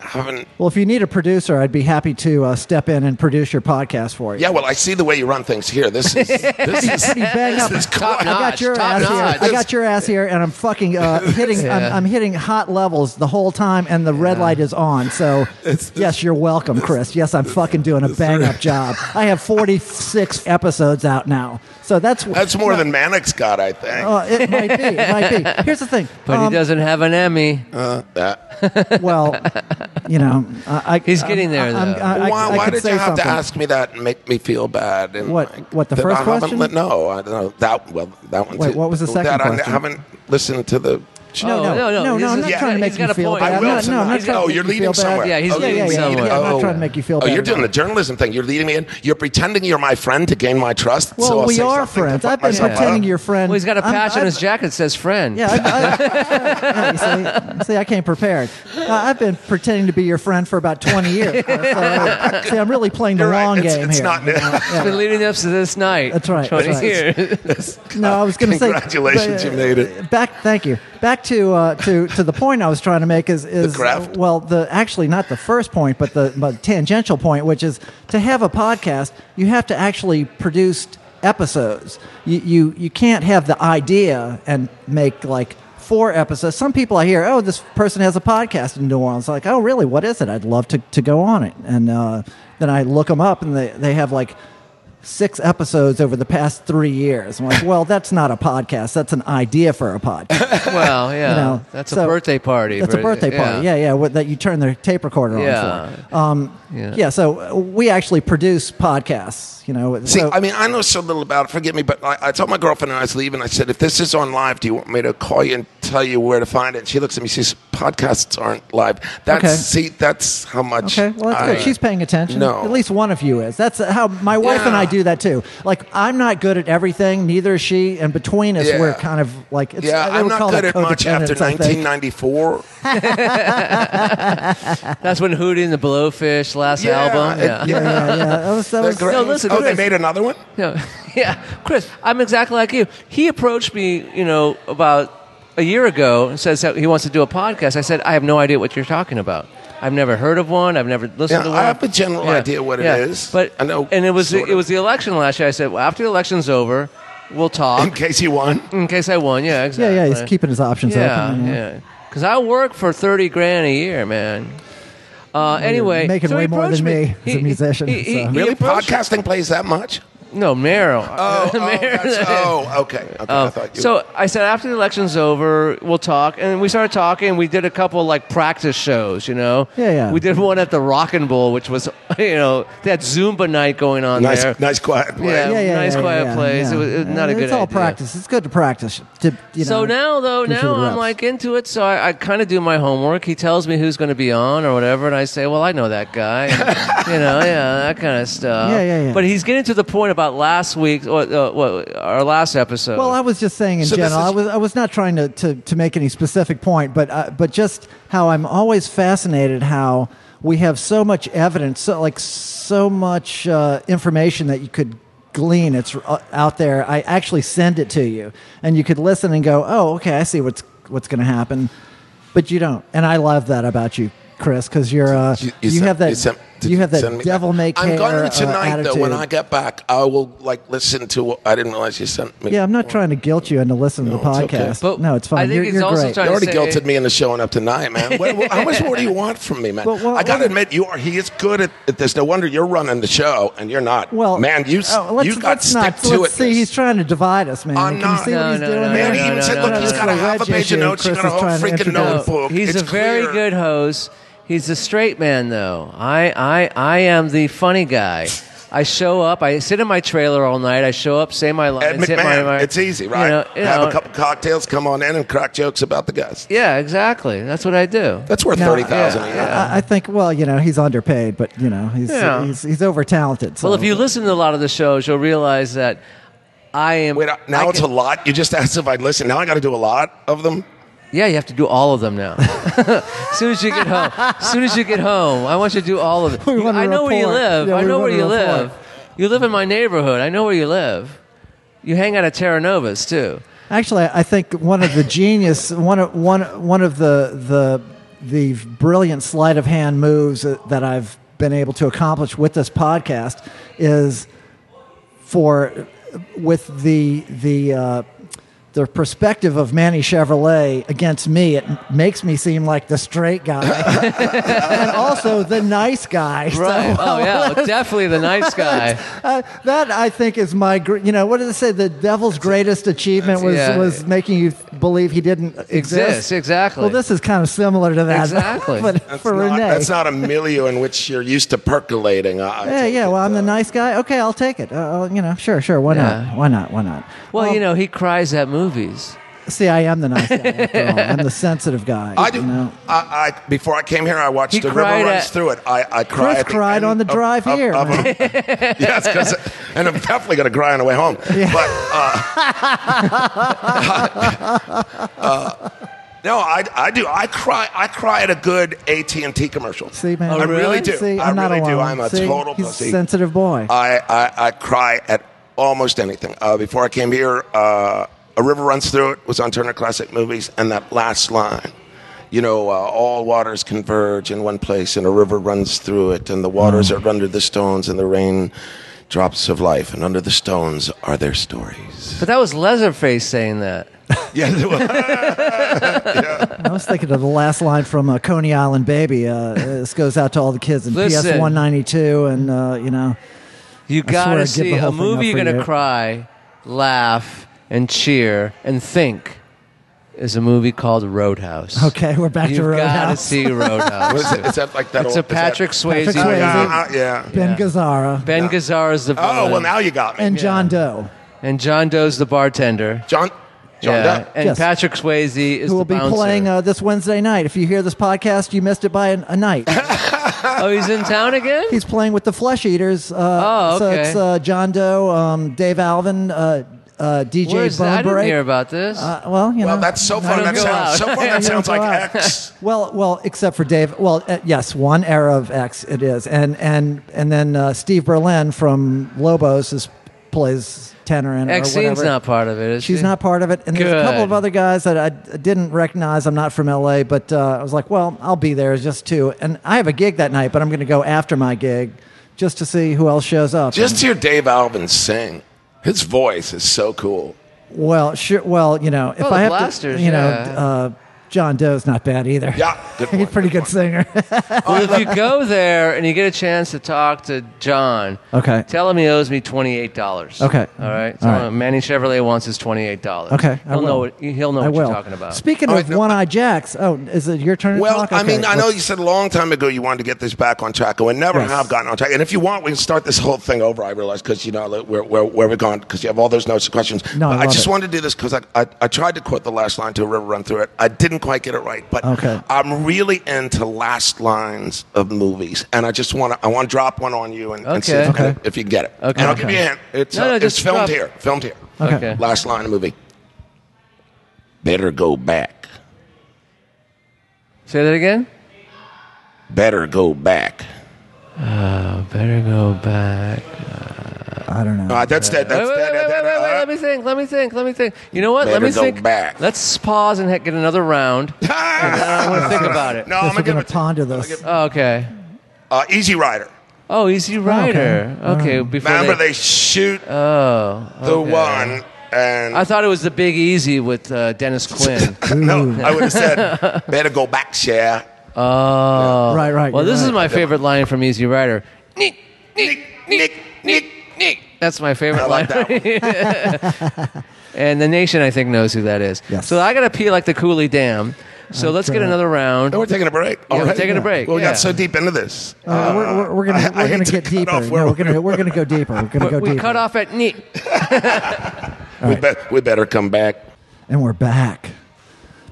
haven't.
Well, if you need a producer, I'd be happy to uh, step in and produce your podcast for you.
Yeah, well, I see the way you run things here. This is this is
Pretty bang up.
is cool.
I got
notch,
your
top
ass here.
notch.
I got your ass here, and I'm fucking uh, hitting. I'm, I'm hitting hot levels the whole time, and the red light is on. So yes, you're welcome, Chris. Yes, I'm fucking doing a bang up job. I have 46 episodes out now, so that's
That's more than Manic's got, I think.
Uh, it might be. It might be. Here's the thing.
But
Um, uh,
he doesn't have an Emmy.
Uh, That-
Well, you know, I, I-
He's getting there,
I'm-
though.
I, I,
why
I
why
could
did
say
you have
something.
to ask me that and make me feel bad? And
What-
like,
what, the
that
first
I haven't
question?
li- no, I don't know that. Well, that one.
Wait,
too.
what was the second
that I
question?
haven't listened to the. show.
No,
Oh,
no,
no,
no, no,
no, this
I'm
is-
not
yeah,
trying to
he's
make
got
you
a
feel
point.
bad.
I
I'm
will
not- no, I'm not trying
tonight.
to
Oh,
make
you're
you feel
leading
bad.
somewhere.
Yeah, he's
yeah,
leading
yeah, yeah.
somewhere.
I'm not
Oh.
trying to make you feel
Oh,
bad.
you're
at all.
doing the journalism thing. You're leading me in. You're pretending you're my friend to gain my trust.
Well,
so I'll
we
say
are
something to
friends.
fuck
I've been
myself up.
pretending you're friends.
Well, he's got a patch
I'm,
on his jacket that says friend.
Yeah, I, I, yeah, you see, see, I came prepared. Uh, I've been pretending to be your friend for about 20 years. So, uh, see, I'm really playing the
You're right.
long
It's-
game
it's
here.
not-
you know? Yeah.
It's been leading up to this night.
That's right, that's
20
right.
years.
No, I was going to say
Congratulations,
but, uh,
you made it.
Back, thank you. Back to uh, to to the point I was trying to make is is uh,
graft.
well, the actually not the first point, but the but tangential point, which is to have a podcast, you have to actually produce episodes. You you you can't have the idea and make like four episodes. Some people I hear, oh, this person has a podcast in New Orleans. Like, oh, really? What is it? I'd love to to go on it. And uh, then I look them up, and they they have like six episodes over the past three years. I'm like, well, that's not a podcast. That's an idea for a podcast.
Well, yeah.
You know,
that's
So-
a birthday party.
That's a birthday party. Yeah, yeah. what- that you turn the tape recorder
Yeah.
on for. Um, yeah.
Yeah.
So uh, we actually produce podcasts. You know.
See,
so,
I mean, I know so little about it. Forgive me, but I, I told my girlfriend when I was leaving, I said, if this is on live, do you want me to call you and tell you where to find it? And she looks at me, she says, podcasts aren't live. That's,
Okay.
see, that's how much.
Okay, well that's
I-
good. She's paying attention.
No.
At least one of you is. That's how my wife and
Yeah.
I do that too. Like I'm not good at everything, neither is she, and between us
Yeah.
we're kind of like it's
yeah,
I would
I'm not
call
good
that
at much
codependence,
after
I think.
1994.
That's when Hootie and the Blowfish last
Yeah,
album.
it-
Yeah.
Yeah, yeah, yeah. That was, that
They're
was,
great.
No, listen,
oh, they
Chris.
made another one?
No. yeah, Chris, I'm exactly like you. He approached me, you know, about a year ago and says that he wants to do a podcast. I said, I have no idea what you're talking about. I've never heard of one. I've never listened
Yeah,
to
I
one.
have a general idea what it is.
But
I know
and it was
sort
it
of.
was the election last year. I said, well, after the election's over, we'll
In
talk
case you won.
in case I won. Yeah,
yeah,
exactly.
yeah. He's keeping his options
Yeah,
open. you know.
yeah. Because I work for thirty grand a year, man. Uh, anyway,
making
so he
way more
approached
than me as a musician,
He, he,
so.
he
Really?
approached-
Podcasting plays that much?
No, Meryl.
Oh, oh,
Meryl.
that's- oh, okay. okay I thought
Oh,
you
so I said after the election's over, we'll talk, and we started talking. We did a couple like practice shows, you know.
Yeah, yeah.
We did one at the Rockin' Bowl, which was you know that Zumba night going on
nice,
there.
nice quiet place.
Yeah. nice quiet place. It was- it was not a
It's
good
all
idea.
practice. It's good to practice. To, you
so
know,
now though,
gives you
now
the
I'm
reps.
like into it. So I, I kind of do my homework. He tells me who's going to be on or whatever, and I say, well, I know that guy, and, you know, yeah, that kind of stuff.
Yeah, yeah, yeah.
But he's getting to the point about last week, or uh, what, our last episode.
Well, I was just saying in
So this
general.
is-
I was I was not trying to, to, to make any specific point, but uh, but just how I'm always fascinated how we have so much evidence, so like so much uh, information that you could glean. It's uh, out there. I actually send it to you, and you could listen and go, "Oh, okay, I see what's what's going to happen," but you don't. And I love that about you, Chris, because you're uh, you,
sent-
have that you,
sent- did
have
send
that
me
devil may care
I'm going
uh,
to tonight
attitude.
though. When I get back, I will like listen to. I didn't realize you sent me.
yeah, I'm not trying to guilt you into listening to the
No, it's okay.
podcast.
But
no, it's fine.
I think
you're,
he's
you're
also
great.
trying
You already
say-
guilted me into showing up tonight, man. What, what- how much more do you want from me, man?
Well, well,
I got to
well-
admit, you are. He is good at, at this. No wonder you're running the show, and you're not.
Well,
man, you s-
oh, let's,
you got
let's
stick
not,
to
let's
it.
See, he's trying to divide us, man.
I'm
Can
not-
you see
No,
what he's
no,
doing?
no,
there?
man, he
no,
even
no,
said,
no,
"Look,
no,
he's
no,
got a
no.
half a
Wedge
page
issue.
of notes. You
Chris
got a
is
whole
trying to
freaking
introduce-
No,
notebook.
he's
It's
a very
clear.
good host. He's a straight man, though. I, I, I am the funny guy. I show up. I sit in my trailer all night. I show up, say my
Ed
lines. hit my,
McMahon.
my-
It's easy,
you
right?
know- you
Have
know.
a couple cocktails, come on in, and crack jokes about the guys.
Yeah, exactly. That's what I do.
That's worth
No,
thirty thousand a
yeah,
year.
I, I think. Well, you know, he's underpaid, but you know, he's
Yeah.
he's, he's over talented. So.
Well, if you listen to a lot of the shows, you'll realize that I am.
Wait, uh,
I
now it's a
can-
lot. You just asked if I'd listen. Now I got to do a lot of them.
yeah. You have to do all of them now. as soon as you get home, as soon as you get home, I want you to do all of it.
We want a
I know where you
report.
live.
Yeah,
I
we
know
want
where
a
you
report.
live. You live in my neighborhood. I know where you live. You hang out at Terra Novas too.
Actually, I think one of the genius one of one one of the the the brilliant sleight of hand moves that that I've been able to accomplish with this podcast is for with the the uh, the perspective of Manny Chevrolet against me, it makes me seem like the straight guy, and also the nice guy. So,
Right. oh yeah, well, definitely the nice guy.
uh, that I think is my, gr- you know, what did they say? The devil's greatest achievement was
yeah.
was making you believe he didn't exist.
Exists, exactly.
Well, this is kind of similar to that.
Exactly.
but
That's
for
not,
Renee.
That's not a milieu in which you're used to percolating. I, I
yeah,
take
yeah.
it,
Well, I'm
uh,
the nice guy. Okay, I'll take it. Uh, you know, sure, sure. Why
Yeah.
not? Why not? Why not?
Well, you know, he cries at movies.
See, I am the nice guy. after all. I'm the sensitive guy.
I do.
You know?
I, I before I came here, I watched
He
the river
cried
runs
at-
through it. I, I cried.
Chris cried on the drive here, man.
yes, 'cause- and I'm definitely going to cry on the way home. But uh, uh, no, I, I do. I cry. I cry at a good AT and T commercial.
See, man.
Oh,
I really
really?
do.
See,
I
I'm not
really
alone.
do. I'm a
See?
total
He's
pussy.
a sensitive boy.
I, I, I cry at almost anything. Uh, before I came here, uh, A River Runs Through It was on Turner Classic Movies, and that last line, you know, uh, all waters converge in one place, and a river runs through it, and the waters are under the stones, and the rain drops of life, and under the stones are their stories.
But that was Leatherface saying that.
yeah, there was-
I was thinking of the last line from uh, Coney Island Baby. Uh, this goes out to all the kids in
Listen.
PS 192, and uh, you know,
You
swear
gotta
I'd give the
see
whole thing
a
up
movie you're
for
gonna
you.
cry, laugh, and cheer and think. Is a movie called Roadhouse.
Okay, we're back to
You've Gotta
Roadhouse.
see Roadhouse.
was it- is that like that
it's
old-
a
is that-
Patrick Swayze.
Patrick
Uh,
Swayze.
movie.
yeah, uh, yeah.
Ben Gazzara
Ben Gazzara is the
Oh,
villain,
well, now you got me.
and John Doe,
and John Doe's the bartender.
John, John
yeah,
Depp.
and
Yes.
Patrick Swayze is
who will
the
be
bouncer.
playing uh, this Wednesday night. If you hear this podcast, you missed it by an, a night.
oh, he's in town again.
He's playing with the Flesh Eaters. Uh,
Oh,
So
okay.
it's uh, John Doe, um, Dave Alvin, uh, uh, DJ
Where's that? I
Bone
didn't
Break.
hear about this.
Uh, well, you
Well,
know,
that's so
I
fun.
don't
That
go
sounds,
out.
so
I
fun.
don't
That sounds
go
like
out.
X.
Well, well, except for Dave. Well, uh, yes, one era of X it is, and and and then uh, Steve Berlin from Lobos is plays tenor in it or
Exine's
whatever.
not part of it. Is
She's
she?
not part of it, and there's a couple
Good.
of other guys that I d- didn't recognize. I'm not from LA, but uh, I was like, well, I'll be there. It's just two, and I have a gig that night, but I'm going to go after my gig just to see who else shows up.
Just to hear Dave Alvin sing, his voice is so cool.
Well, sure. Well, you know, if
Oh, the
I have
Blasters,
to, you know,
yeah.
uh, John Doe's not bad either.
Yeah,
he's
good point,
a pretty
good
good, singer.
Well, if you go there and you get a chance to talk to John,
Okay.
tell him he owes me twenty eight dollars.
Okay.
all right.
All
Tell
right.
him Manny Chevrolet wants his twenty eight dollars.
Okay, I
he'll
will.
know. What, he'll know
I
what
will.
you're talking about.
Speaking
All
of
right, no,
One Eye Jacks, oh, is it your turn? to
Well,
talk?
I
Okay,
mean, I know
let's-
you said a long time ago you wanted to get this back on track, and we never
Yes.
have gotten on track. And if you want, we can start this whole thing over. I realize because you know like, where where, where we're going because you have all those notes and questions.
No, I
But
love
just
it.
wanted to do this because I, I I tried to quote the last line to a river run through it. I didn't quite get it right, but
Okay.
I'm really into last lines of movies, and I just want to I want to drop one on you and, and see
Okay.
if,
Okay.
if you can get it.
Okay.
and I'll give you a hint. It's
No,
uh,
no,
it's
just
filmed
drop-
here, filmed here.
Okay.
Okay.
Last line of the movie. Better go back.
Say that again.
Better go back.
Oh, better go back.
I don't know.
Uh, that's dead. That's
Wait, wait,
dead.
wait, wait,
that's
wait,
dead,
wait,
uh,
Let me think. Let me think. Let me think. You know what? Let
Better
me
go
think.
back.
Let's pause and ha- get another round. I want to think about it.
No, I'm
Guess we're
gonna give
gonna
it. to-
ponder this.
Oh, okay.
Uh, Easy Rider.
Oh, Easy Rider. Okay. Before
Uh-huh. Remember they shoot
Oh.
the
okay.
one and
I thought it was the Big Easy with uh, Dennis Quinn.
no, I would have said better go back, yeah.
Oh,
Right, right,
Well,
you're
this is
right.
my favorite line from Easy Rider. Nick,
Nick, Nick, Nick.
Nick. That's my favorite
I
line.
like that one.
And the nation, I think, knows who that is.
Yes.
So I got to pee like the Cooley Dam. So let's get
God.
another round.
Oh, we're taking a break.
Yeah, we're
already?
taking a break,
Well, we
yeah.
got so deep into this.
Uh, we're, we're, we're gonna
I- I
we're gonna
hate to
get
cut
deeper.
off
No,
where
we're
we-
gonna we're gonna go deeper. We're gonna go
we
deeper.
cut off at Nick.
we, be- we better come back.
And we're back.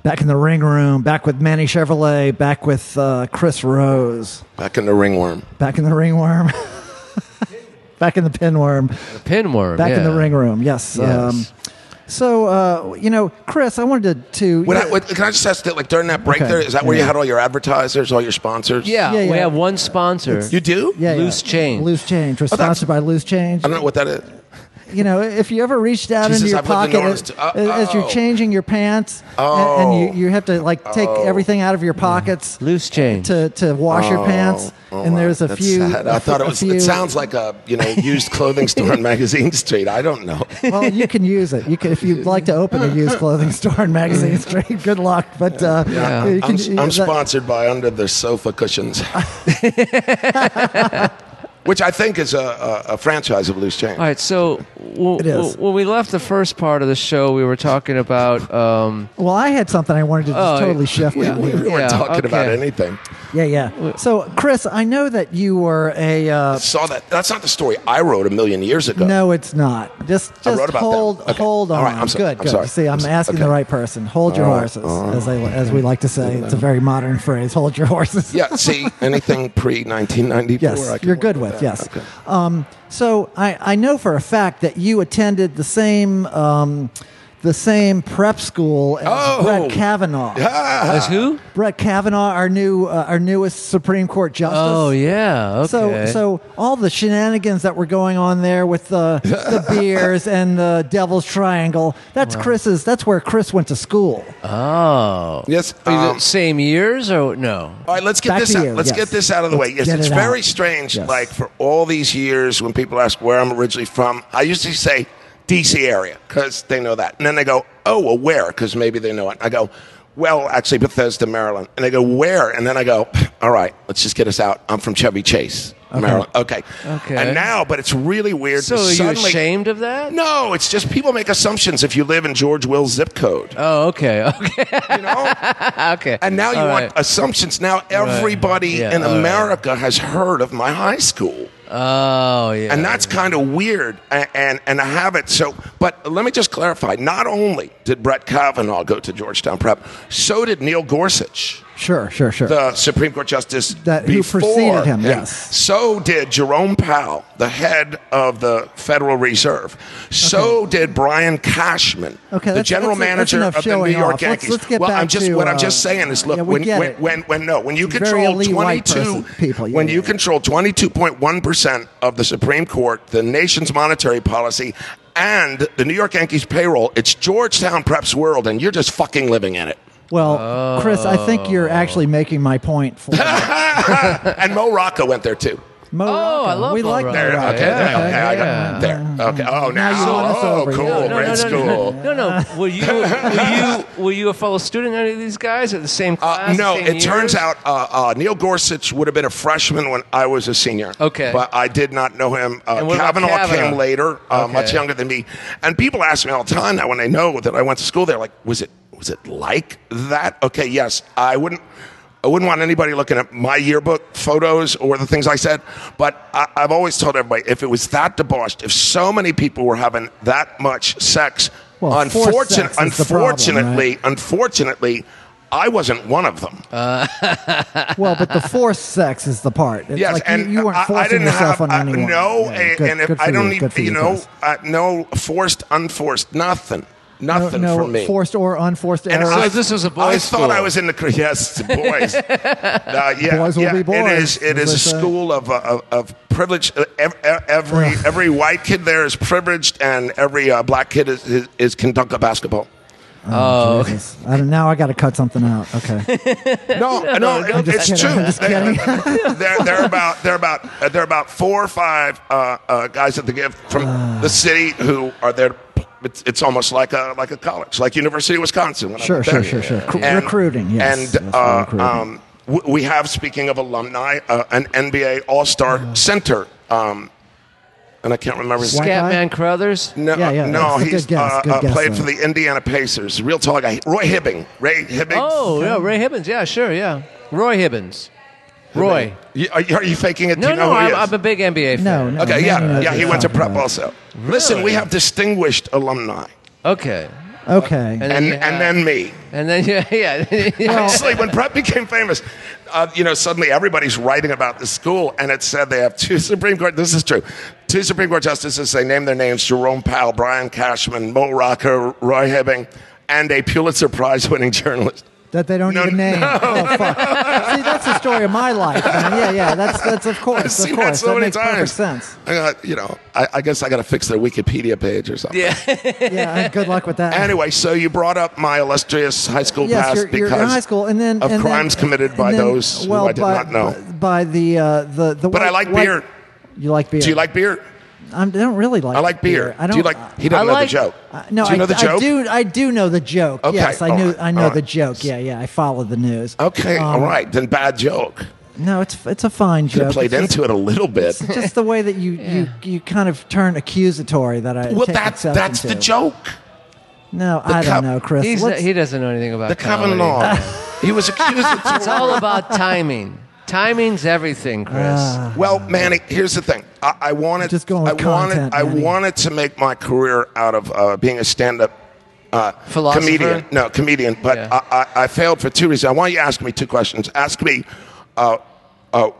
Back in the ring room, back with Manny Chevrolet, back with uh, Chris Rose,
Back in the ringworm.
back in the ringworm, back in the pinworm,
Pinworm.
back in the
yeah.
ring room. Yes. um,
Yes.
so, uh, you know, Chris, I wanted to.
When I, what- can I just ask that, like, during that break
Okay.
there, is that where you
Yeah.
had all your advertisers, all your sponsors?
Yeah,
Yeah,
we
yeah.
have one sponsor.
You do?
yeah, yeah.
Loose Change.
Oh,
Loose Change. We're sponsored by Loose Change.
I don't know what that is.
you know, if you ever reached out
Jesus,
into your
I've lived in
pocket as,
Orange too. Oh,
as you're
oh.
changing your pants, a- and,
Oh. Mm-hmm.
you, you have to like take everything out of your pockets
Loose change.
to, to wash your pants,
Oh,
and
wow.
there's a
That's
few.
sad. I
a
thought it
f- a
was.
few-
It sounds like a you know used clothing store on Magazine Street. I don't know.
well, you can use it. You can, if you'd like to open a used clothing store in Magazine Street. Good luck, but uh,
Yeah.
you
I'm,
can-
I'm
that-
sponsored by under the sofa cushions, which I think is a, a, a franchise of loose change.
Oh,
All right, so w-
It is.
w- when we left the first part of the show, we were talking about. Um,
Well, I had something I wanted to just
Oh,
totally shift.
We,
to.
we weren't
Yeah,
talking about
okay.
anything.
Yeah, yeah. So, Chris, I know that you were a. Uh,
Saw that. That's not the story I wrote a million years ago.
no, it's not. Just,
I
just
wrote about them.
hold,
Okay.
hold on.
All right, I'm sorry.
Good,
I'm
good.
sorry.
See, I'm
I'm so-
asking the
okay.
right person. Hold your
All right.
horses,
All right.
as I, as we like to say. It's a very modern phrase. Hold your horses.
Yeah. See, anything pre 1994.
Yes, you're good with. Yes. Um, so I, I know for a fact that you attended the same um, the same prep school as
Oh.
Brett Kavanaugh.
Ah,
as who?
Brett Kavanaugh, our new uh, our newest Supreme Court justice.
Oh yeah.
So,
Okay.
so all the shenanigans that were going on there with the, the beers and the Devil's Triangle, that's Chris's. That's where Chris went to school.
Oh.
Yes.
Are you
um,
the same years or no?
All right, let's get
Back
this
to
out.
you,
Let's
yes.
get this out of the way. Yes,
get
it's
it
very
out.
strange.
Yes.
Like for all these years, when people ask where I'm originally from, I usually say D.C. area because they know that, and then they go, "Oh, well, where?" Because maybe they know it. I go, "Well, actually, Bethesda, Maryland," and they go, "Where?" And then I go, "All right, let's just get us out. I'm from Chevy Chase, Maryland." Okay.
Okay.
And now, but it's really weird.
So
to
are you
suddenly-
ashamed of that?
No, it's just people make assumptions if you live in George Will's zip code.
Uh,
Oh, okay, okay,
You know.
okay.
And now you
All
want
right.
assumptions. Now everybody
Yeah,
in
all right.
America has heard of my high school.
Oh yeah.
And that's kind of weird and, and, and I have it. So, but let me just clarify not only did Brett Kavanaugh go to Georgetown Prep, so did Neil Gorsuch,
Sure, sure, sure.
the Supreme Court Justice
That- who
before
preceded him,
him.
yes.
So did Jerome Powell, the head of the Federal Reserve. So did Brian Cashman,
Okay,
the
that's-
general
that's- that's
manager
enough
of the New
showing
York
off. Let's-
Yankees.
let's get
well,
back
I'm just
to,
what I'm
uh,
just saying is, look,
yeah, we
when,
get
when,
it.
when when no when you
Very
control
elite white
22
person- people, yeah,
when
yeah,
you
yeah.
control 22.1 percent of the Supreme Court, the nation's monetary policy. And the New York Yankees payroll, it's Georgetown Prep's world, and you're just fucking living in it.
well, Chris, I think you're
Oh.
actually making my point. For
and Mo Rocca went there too.
Mo
Oh, I
Rocca.
love
we
Mo
like
Rocca.
Mo
There,
Yeah,
Rocca.
okay, there, okay,
yeah,
I got
yeah.
there.
Uh,
Okay.
Now
Oh, now,
you want us
oh,
over,
cool,
yeah.
No, no,
red
no,
school.
no, no, no. Were you were you were you a fellow student of any of these guys at the same class?
Uh,
the
no,
same
it
years?
turns out uh, uh, Neil Gorsuch would have been a freshman when I was a senior.
Okay.
But I did not know him. Uh,
And what about
Kavanaugh,
Kavanaugh?
came later, uh,
Okay.
much younger than me. And people ask me all the time now when they know that I went to school there, like, was it was it like that? Okay, yes. I wouldn't I wouldn't want anybody looking at my yearbook photos or the things I said, but I, I've always told everybody if it was that debauched, if so many people were having that much sex,
Well, forced
unfortunate,
sex is the problem, right? Uh,
unfortunately, unfortunately, I wasn't one of them.
Well, but the forced sex is the part. It's
yes,
like you,
and
you weren't
I-
forcing
I, didn't
yourself
have
on
I-
anyone.
no,
Yeah,
and-
good-
and if
good for
I don't
you,
need
good for
you, know
Chris.
uh, no forced, unforced, nothing,
No,
nothing
no
for me.
forced or unforced
And
errors.
So this was a
I
boys'
thought
school.
I was in the cr- yes, it's boys. Uh, yeah,
Boys will
yeah,
be boys,
It is. It
as
is
they
a
say.
school of, uh, of of privilege. Uh, ev- e- Every
Ugh.
every white kid there is privileged, and every uh, black kid is is, is Kentucky basketball.
Oh, Jesus. I don't, now I got to cut something out. Okay.
No, no, it-
just kidding.
it's true.
I'm just
They're- they're, they're about they're about uh, they're about four or five uh, uh, guys at the gift from
Ah.
the city who are there. It's, it's almost like a like a college, like University of Wisconsin. when I
Sure,
went
sure,
there.
sure, sure. Cr-
And-
recruiting, yes. Yes,
And uh,
recruiting.
um, w- we have, speaking of alumni, uh, an NBA All Star
Uh-huh.
Center, um, and I can't remember his
White guy?
Scatman Crothers.
no,
Yeah, yeah,
no,
that's a good
he's
guess,
uh,
good
uh,
guess,
played
though.
for the Indiana Pacers. Real tall guy, Roy Hibbing. Ray Hibbing.
Oh, yeah, Ray Hibbins. Yeah, sure, yeah. Roy Hibbins. Roy.
You- are, you- are you faking it? Do
No,
you know
no,
who he
I'm,
is?
I'm a big NBA fan.
No, no.
Okay,
Manny
yeah,
knows
yeah,
what
he
you're
went to
talking
prep
about.
also. Listen, we have distinguished alumni,
Okay.
Okay.
And-
and
Yeah.
and then me.
And then yeah, yeah.
Actually, when prep became famous, uh, you know, suddenly everybody's writing about the school, and it said they have two Supreme Court. This is true. Two Supreme Court justices. They name their names: Jerome Powell, Brian Cashman, Mo Rocker, Roy Hibbing, and a Pulitzer Prize-winning journalist.
That they don't
No,
even name.
no.
Oh, fuck. See, that's the story story of my life. man. Yeah, yeah. That's that's Oh, of course.
I've seen
of course.
that so many
makes perfect
times.
sense.
I got, you know, I, I guess I got to fix their Wikipedia page or something.
Yeah.
Yeah. and Good luck with that.
Anyway, so you brought up my illustrious high school
yes,
past
you're, you're
because
in high school, and then
of
and then-
crimes committed by
and then-
those
well,
who I did
by,
not know.
By the uh, the the.
But I like beer.
You like beer.
Do you like beer?
I'm, I don't really like.
I like beer.
I don't.
do you like? He doesn't
I
know
like-
the joke.
Uh, no,
do you
I,
know the
I
joke?
do. I do know the joke.
Okay,
Yes, I
all
knew.
right,
I know
all
the
right. Oh.
joke. Yeah, yeah. I follow the news.
Okay, all
um,
right, then bad joke.
No, it's it's a fine
Should
joke.
have played
It's just-
into it a little bit.
It's just the way that you, you, you kind of turn accusatory that I
Well,
take
that's
exception
that's the
to.
joke.
No, I
cov-
don't know, Chris.
He's
Let's-
he doesn't know anything about
The
comedy.
common law. he was accused of
It's all about timing. Timing's everything, Chris.
Ah.
Well, Manny, here's the thing. I, I wanted.
Just going
I
with content,
wanted. I
Manny.
wanted to make my career out of uh, being a stand-up uh,
Philosopher?
comedian. No, comedian. But
Yeah.
I, I, I failed for two reasons. I want you to ask me two questions. Ask me, uh, uh,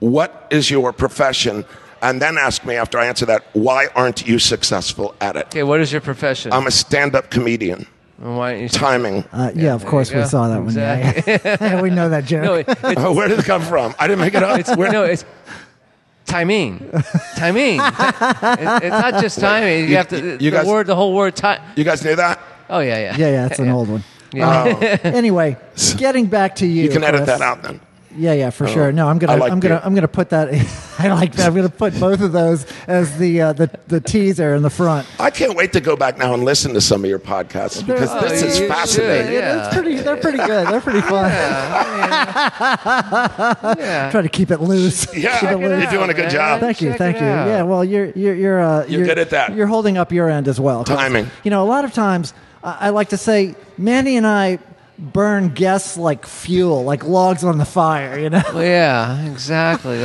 what is your profession? And then ask me after I answer that, why aren't you successful at it?
okay, what is your profession?
I'm a stand-up comedian.
And Why don't you
Timing.
uh, yeah, of course we
go.
saw that one. Yeah, we know that joke.
No, it, it's,
Oh, where did it come from? I didn't make it up.
it's no, it's timing. Timing. It- it's not just timing. You,
you-
have to the
you guys-
word, the whole word. Ti-
You guys knew that?
oh yeah, yeah.
yeah, yeah, it's an old one. Uh, anyway, getting back to you.
You can edit
Chris.
that out then.
Yeah, yeah, for sure. No, I'm gonna,
I like
I'm gonna,
beer.
I'm gonna put that. I like that. I'm gonna put both of those as the uh, the the teaser in the front.
I can't wait to go back now and listen to some of your podcasts because
Oh,
this
you
is
should,
fascinating.
yeah.
It's pretty. They're pretty good. They're pretty fun.
Yeah.
Try to keep it loose.
Yeah,
Keep it
you're
loose.
out,
doing a good
man.
job.
Thank you,
Oh, Check
thank
it
you.
out.
Yeah, well, you're you're you're uh, you're,
good at that.
You're holding up your end as well. 'Cause,
Timing.
You know, a lot of times I, I like to say Manny and I burn guests like fuel, like logs on the fire. You know,
Yeah, exactly.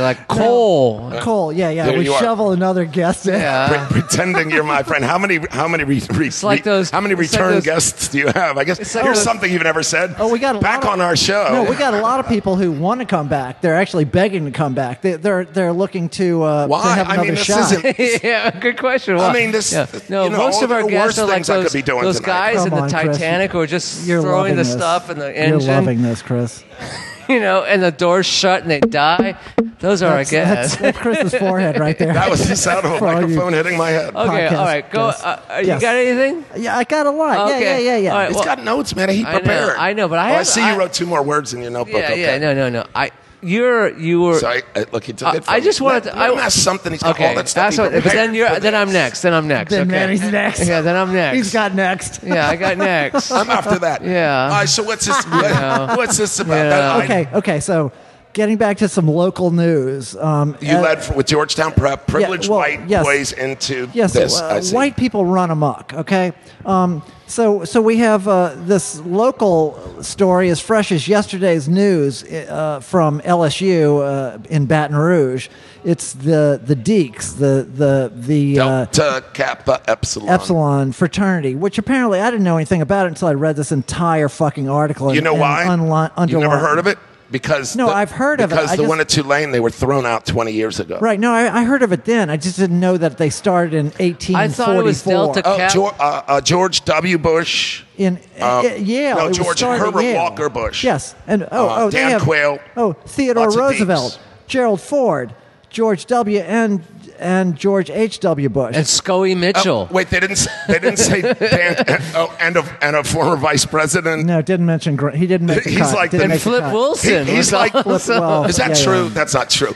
Like coal.
coal. Yeah, yeah.
There
we
you are.
shovel another guest in.
Yeah.
Pre- pretending you're my friend. How many? How many? Re, re,
like
re-
those-
How many
it's like
return
those-
guests do you have? I guess
like
here's
those-
something you've never said.
Oh, we got a
back
lot of-
on our show.
No, we got a lot of people who want to come back. They're actually begging to come back. They, they're they're looking to uh,
Why?
to have
I
another
mean, this
shot.
isn't-
yeah, good question.
I
Why?
mean, this-
Yeah. No,
you know,
most
all
of our
the
guests
worst
are like
things I could
those,
be doing
those
tonight.
guys
Come
in the
on, Chris.
Titanic who are just
You're
throwing
loving
the
this.
stuff and the
You're loving
engine,
this, Chris.
you know, and the doors shut and they die. Those are our
That's, that's,
guests.
that's Chris's forehead right there.
That was the sound of a
For all you-
microphone hitting my head.
Okay,
podcast
all right, go.
guest.
Uh, uh,
Yes.
You got anything?
Yeah, I got a lot.
Okay.
Yeah, yeah, yeah, yeah.
All right,
He's
well,
got notes, man. He
I know,
prepared.
I know, but I
Oh, I
have-
see
I-
you wrote two more words in your notebook.
Yeah,
okay.
yeah, no, no, no. I, you're, you were.
Sorry, I, look, he took
I-
it. From
I
me.
just wanted to-
Let- let
I-
him ask something. He's got
okay,
all that stuff.
that's
he
what. But
prepared
then you're,
for
then I'm
this.
next. Then I'm next.
Then
okay.
Manny's next.
Yeah, then I'm next.
He's got next.
Yeah, I got next.
I'm after that.
Yeah.
All right, so what's this? What's this about?
Yeah.
That- I-
Okay, okay. So, getting back to some local news. Um,
You
uh,
led for, with Georgetown Prep, privileged
well,
white
yes.
boys into
Yes,
this.
uh,
I see.
white people run amok. Okay, um, so so we have uh, this local story as fresh as yesterday's news uh, from LSU uh, in Baton Rouge. It's the the Deeks, the the the uh,
Delta Kappa Epsilon.
Epsilon fraternity, which apparently I didn't know anything about it until I read this entire fucking article. And,
You know
and
why?
Unli-
you
underlined-
never heard of it? Because
No,
the-
I've heard of it.
Because
I
the
just-
one at Tulane, they were thrown out 20 years ago.
Right. No, I, I heard of it then. I just didn't know that they started in 1844.
I thought it was Delta
Oh,
Cap-
George, uh, uh, George W. Bush.
In
Uh,
uh, Yale.
no,
it was
George
started at
Herbert
Yale.
Walker Bush.
Yes. And oh,
Uh,
oh, they
Dan
have-
Quayle.
Oh, Theodore
Lots of
Roosevelt, Gerald Ford, George W. and and George H. W. Bush.
and Scoey Mitchell.
Oh, wait, they didn't. s- They didn't say. Dan, oh, and a and a former vice president.
no, didn't mention. Gr- He didn't make. the
He's
cut,
like
didn't make
the-
and
the
Flip
cut.
Wilson.
He-
was
he's like-
also-
Well,
Is that
yeah,
true?
yeah.
That's not true.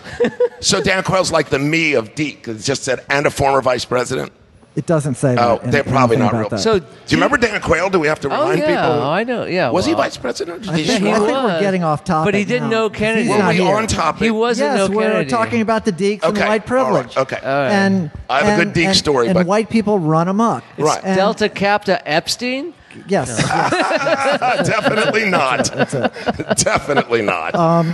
so Dan Quayle's like the me of Deke. It just said and a former vice president.
It doesn't say.
Oh,
that in-
they're probably
anything
not
about
real.
that.
So-
do you remember Dan Quayle? Do we have to
Oh,
remind
yeah.
people?
Oh, I know. Yeah,
Was he
well.
vice president? Or
I
did
think,
he
I
shoot?
think we're
was.
getting off topic.
But he didn't
now.
know Kennedy.
He's
Were
not
we
here.
on topic?
He wasn't
yes,
no
we we're
Kennedy.
talking about the deeks and
Okay,
white
all right,
privilege.
okay. All right.
and
I have a
and-
good Deke
and-
story,
And
but-
white people run amok. It's-
Right.
and-
Delta Kappa Epstein.
Yes. yes.
Definitely not. Definitely not.
Uh,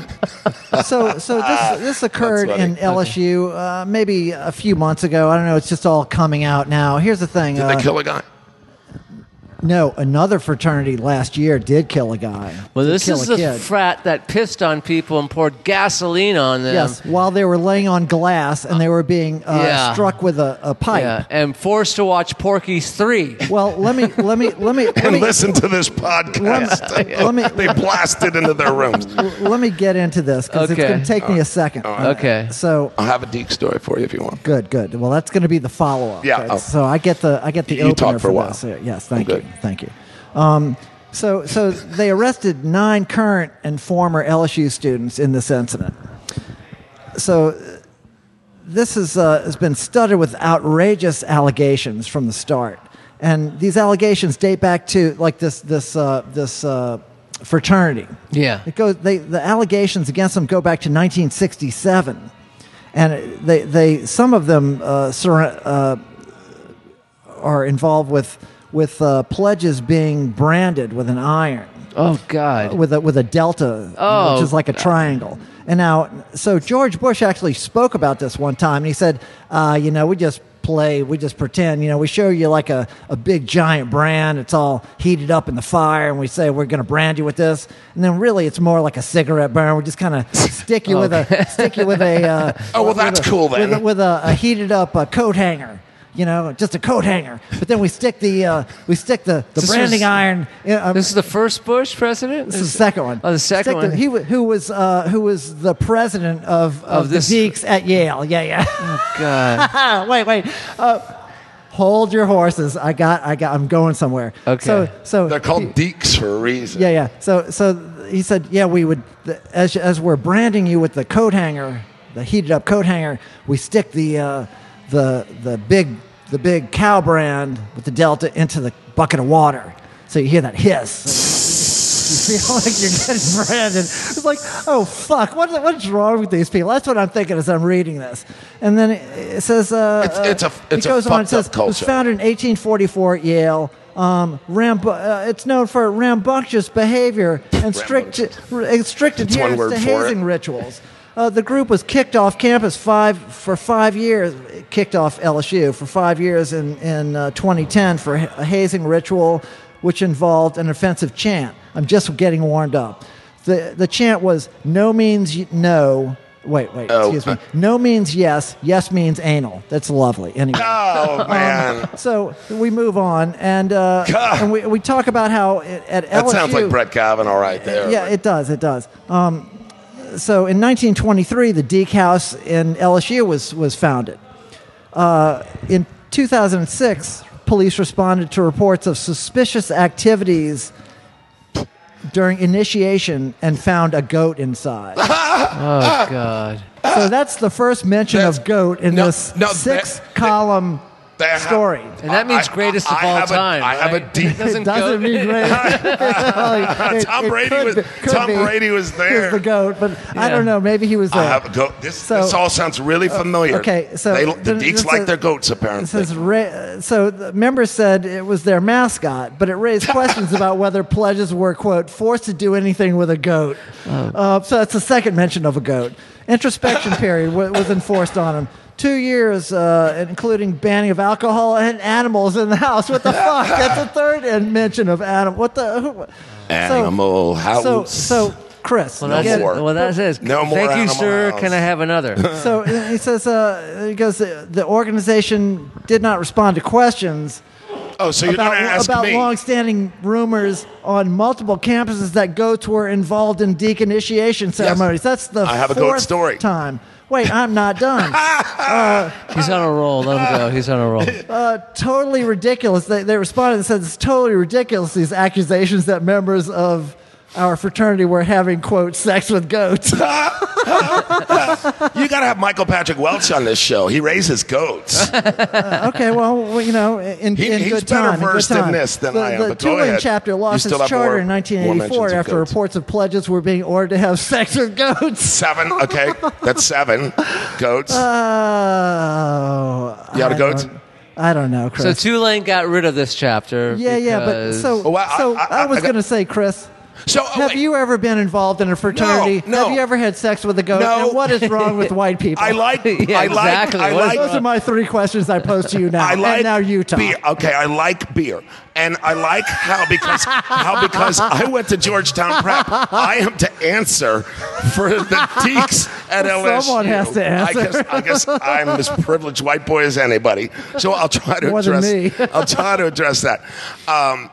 So so this this occurred
Ah, funny.
in LSU uh, maybe a few months ago. I don't know. It's just all coming out now. Here's the thing.
Did
uh,
they kill a guy?
No, another fraternity last year did kill a guy.
Well,
Did
this
kill
is
a
the
kid.
frat that pissed on people and poured gasoline on them.
Yes, while they were laying on glass and they were being uh,
Yeah.
struck with a, a pipe.
Yeah, and forced to watch Porky's Three.
Well, let me let me let me let
And
me,
listen to this podcast.
let me
they blasted into their rooms.
let me get into this because it's
Okay.
going to take me a second.
Okay.
So
I'll have a deep story for you if you want.
good, good. Well, that's going to be the follow up.
Yeah, oh.
So I get the I get the
You
opener
talk for a while.
this. Yeah, Yes, thank
I'm good.
you, thank you. Um, so so they arrested nine current and former LSU students in this incident. So uh, this is, uh, has been studded with outrageous allegations from the start, and these allegations date back to like this this uh, this uh, fraternity.
Yeah.
it goes. They, the allegations against them go back to 1967, and they they some of them uh, sur- uh, are involved with with uh, pledges being branded with an iron
Oh God.
with a with a delta,
Oh.
which is like a triangle. And now, so George Bush actually spoke about this one time, and he said, uh, "You know, we just play, we just pretend. You know, we show you like a, a big giant brand. It's all heated up in the fire, and we say we're going to brand you with this. And then really, it's more like a cigarette burn. We just kind of stick you with a stick you with a uh,
Oh, well,
with
that's
a-
cool then.
with a- with a, a heated up uh, coat hanger." You know, just a coat hanger. But then we stick the uh, we stick the, the
This
branding
was-
iron. uh,
This is the first Bush president.
this is the second one.
Oh, the second
Stick to-
one.
He wa- who was uh, who was the president of, of,
Of
the
this- Oh,
Deeks at Yale. Yeah, yeah.
God.
wait, wait. Uh, hold your horses. I got. I got. I'm going somewhere.
Okay.
So, so
They're
he-
called deeks for a reason.
yeah, yeah. So, so he said, yeah, we would as as we're branding you with the coat hanger, the heated up coat hanger, we stick the uh, the the big the big cow brand with the delta into the bucket of water. So you hear that hiss. You feel like you're getting branded. It's like, oh fuck, what, what's wrong with these people? That's what I'm thinking as I'm reading this. And then it it says, uh,
It's- it's a-
uh,
it's
it
a
goes on. It
fucked up
says, it was
culture.
founded in 1844 at Yale. Um, rambu- uh, it's known for rambunctious behavior and strict, r- strict
That's one
adherence
word
to
for it.
hazing rituals. Uh, the group was kicked off campus five for five years. Kicked off LSU for five years in in uh, 2010 for a hazing ritual, which involved an offensive chant. I'm just getting warmed up. the The chant was "No means y- no." Wait, wait,
Oh,
excuse me.
uh,
no means yes. Yes means anal. That's lovely. Anyway.
Oh
Um,
man,
So we move on, and uh,
God.
and we, we talk about how it, at LSU.
that sounds like Brett Kavanaugh right there.
Yeah, it does. It does. Um, so in 1923, the Deke House in LSU was was founded. Uh, in 2006, police responded to reports of suspicious activities during initiation and found a goat inside.
Oh
Ah!
God.
so that's the first mention
That's-
of goat in
no,
this
no, that-
six column
They have-
story.
And that means greatest of
I
all
have a-
time.
I have a
right?
deep-
It doesn't,
it doesn't
go-
mean great. It-
Tom
it
Brady
could
was-
be- could
Tom
be.
Brady was
He
there.
the goat, but I
Yeah.
don't know. Maybe he was there.
I have a goat. This,
So- Uh,
this all sounds really familiar.
okay, so
They- the
th-
deeks
this
like
is-
their goats apparently.
This is ra- so the members said it was their mascot, but it raised questions about whether pledges were quote forced to do anything with a goat.
Oh.
Uh, so that's the second mention of a goat. Introspection period wa- was enforced on him. Two years, uh, including banning of alcohol and animals in the house. What the fuck? That's the third and mention of animal. What the? Who, so-
Animal house.
So, so Chris,
Well, that's
get-
it.
more.
Well, that's it.
No more
Thank you,
Animal
sir.
House.
Can I have another?
so he says uh, he goes. The organization did not respond to questions
oh, so you're
about,
gonna ask
about
me?
long-standing rumors on multiple campuses that goats were involved in deaconitiation ceremonies. That's the
I have a goat
fourth
story.
time. Wait, I'm not done.
He's on a roll. Let him go. He's on a roll.
Uh, totally ridiculous. They, they responded and said it's totally ridiculous these accusations that members of our fraternity were having quote sex with goats.
you gotta have Michael Patrick Welch on this show. He raises goats.
okay, well, well, you know, in,
He-
in
he's
good
better
time. in good
versed in
time.
this than
the,
I am,
The
but go
Tulane
ahead.
chapter
You
lost
still
its
have more-
charter in
more mentions
1984
of
after
goats.
reports of pledges were being ordered to have sex with goats.
seven. Okay, that's seven goats.
Uh, Oh,
You out of
I
goats?
don't- I don't know,
So
Chris.
Tulane got rid of this chapter.
yeah, yeah, but
because-
so
Well, Oh, I-
so
I-
I,
I-
was
I got-
going to say, Chris,
So oh,
Have
wait.
you ever been involved in a fraternity?
no.
Have you ever had sex with a goat?
No.
And what is wrong with white people?
I like.
Yeah,
I like.
exactly.
I
What is
like.
Those are my three questions I pose to you now.
I like
and now Utah.
Beer. Okay, I like beer, and I like how because how because I went to Georgetown Prep. I am to answer for the teaks at LSU.
Someone has to
I guess, I guess I'm as privileged white boy as anybody. So I'll try to
More than
address.
me.
I'll try to address that. Um,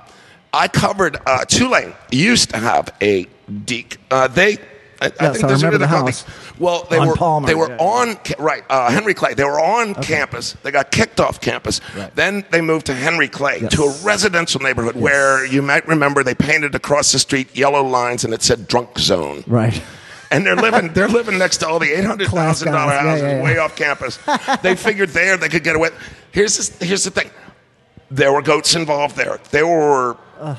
I covered uh, Tulane. Used to have a deek. Uh, they. I, I
Yes,
think
I
there's a
remember
bit of
the
a
house.
company. Well, they
On
were
Palmer,
they were
yeah.
on ca- right uh, Henry Clay. They were on campus. They got kicked off campus.
Right.
Then they moved to Henry Clay
Yes.
to a residential neighborhood where you might remember they painted across the street yellow lines and it said drunk zone.
Right.
And they're living they're living next to all the eight hundred thousand dollar
Class guys. Yeah,
houses
yeah, yeah.
way off campus. they figured there they could get away. Here's this, here's the thing. There were goats involved there. There were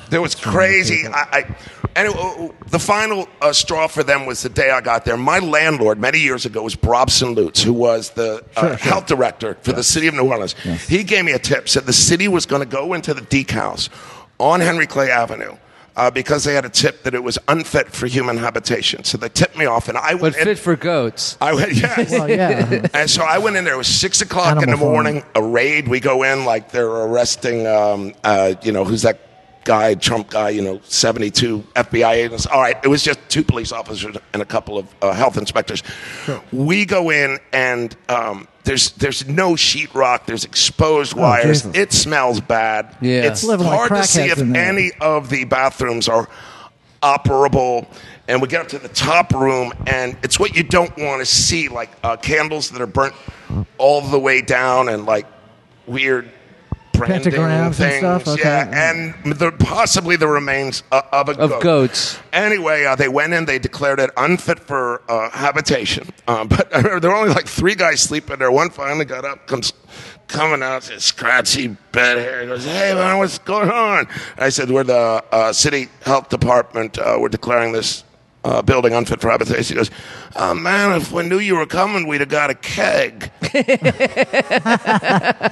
there was crazy. I, I and it- uh, the final uh, straw for them was the day I got there. My landlord many years ago was Brobson Lutz, who was the uh,
Sure, sure.
health director for the city of New Orleans. He gave me a tip. Said the city was going to go into the Deke House on Henry Clay Avenue. Uh, because they had a tip that it was unfit for human habitation, so they tipped me off, and I
But
went. in-
fit for goats.
I went, yes.
Well, Oh, yeah.
And so I went in there. It was six o'clock in
Animal
the
farm.
morning. A raid. We go in like they're arresting. Um, uh, you know who's that guy? Trump guy. You know, seventy-two FBI agents. All right. It was just two police officers and a couple of uh, health inspectors. We go in and um, there's there's no sheetrock. There's exposed wires.
Oh, Jesus.
It smells bad.
Yeah.
It's
Living like
hard to see
crackheads
if
in there.
any of the bathrooms are operable. And we get up to the top room, and it's what you don't want to see, like uh, candles that are burnt all the way down, and like weird branding
Pentagrams and
things.
stuff? Okay.
Yeah, and the, possibly the remains uh, of a
Of
goat.
goats.
Anyway, uh, they went in. They declared it unfit for uh, habitation. Um, but I remember there were only like three guys sleeping there. One finally got up, comes coming out, his scratchy bed hair. He goes, "Hey man, what's going on?" I said, "We're the uh, city health department. Uh, we're declaring this." Uh, building unfit for habitation. He goes, oh, man, if we knew you were coming, we'd have got a keg.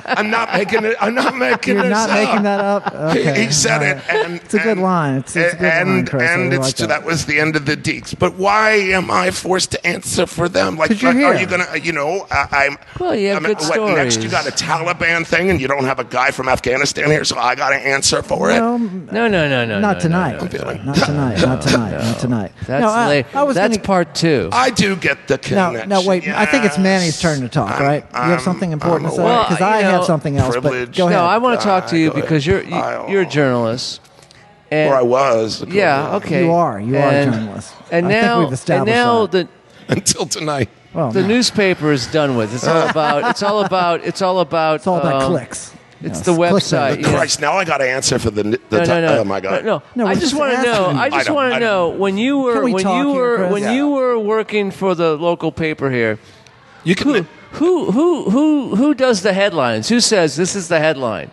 I'm not making it. I'm not making
You're
this
not
up.
making that up. Okay.
He said
all
it,
right.
and
It's a good
and-
line. It's- it's a good
and
line, Chris. I
and
really
it's
like
that.
that.
was the end of the deeks. But why am I forced to answer for them? Like,
'Cause you're
like, are
here.
you gonna, uh, you know, I, I'm.
Well, you have
I'm,
good
what, Next, you
stories.
got a Taliban thing, and you don't have a guy from Afghanistan here, so I got to answer for it.
No,
No, no, no, no.
not
no,
tonight.
no, no.
feeling-
Not tonight. Not tonight. Not tonight.
That's
no, I,
late.
I was
That's
gonna,
part two.
I do get the
No,
connection.
no, wait. I think it's Manny's turn to talk,
Yes.
right? you
I'm-
have something important to
I'm
say
aware.
Well,
because
you
I
know,
have something else. But
privileged.
go ahead.
No, I want to talk to you
Go ahead.
because you're you,
I'll-
you're a journalist. And
Or I was.
Yeah. Okay.
You are. You are a
And-
journalist.
And
I think
now,
we've established
and now
that.
the
Until tonight.
well,
the
no.
newspaper is done with. It's all about. It's all about. It's all about.
It's all about
um,
clicks.
it's
Yes,
the
clickbait.
website. Yeah.
Christ, now I got to answer for the. the
No, no, no.
Oh my God.
No,
No,
I
we're
just
just
want to
asking
know.
you.
I just
I know,
want to
I know.
know when you
Can
were
we
when
talk
you
here,
were
Chris?
when
Yeah.
you were working for the local paper here.
You can.
Who who who who does the headlines? Who says this is the headline?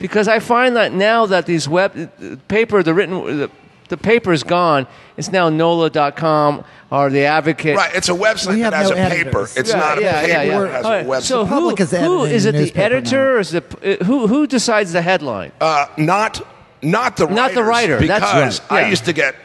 Because I find that now that these web the paper the written the, the paper is gone. It's now NOLA.com or the Advocate.
Right, it's a website
We have
that has
no
a paper.
editors.
It's
Yeah,
not a
yeah,
paper
yeah, yeah.
that has
All right,
a website.
So who,
public is
who
editing
is
the
it? The
newspaper
editor
now.
or is the uh, who who decides the headline?
Uh, not not the
Not the
writers,
writer, that's
because
right, yeah.
I used to get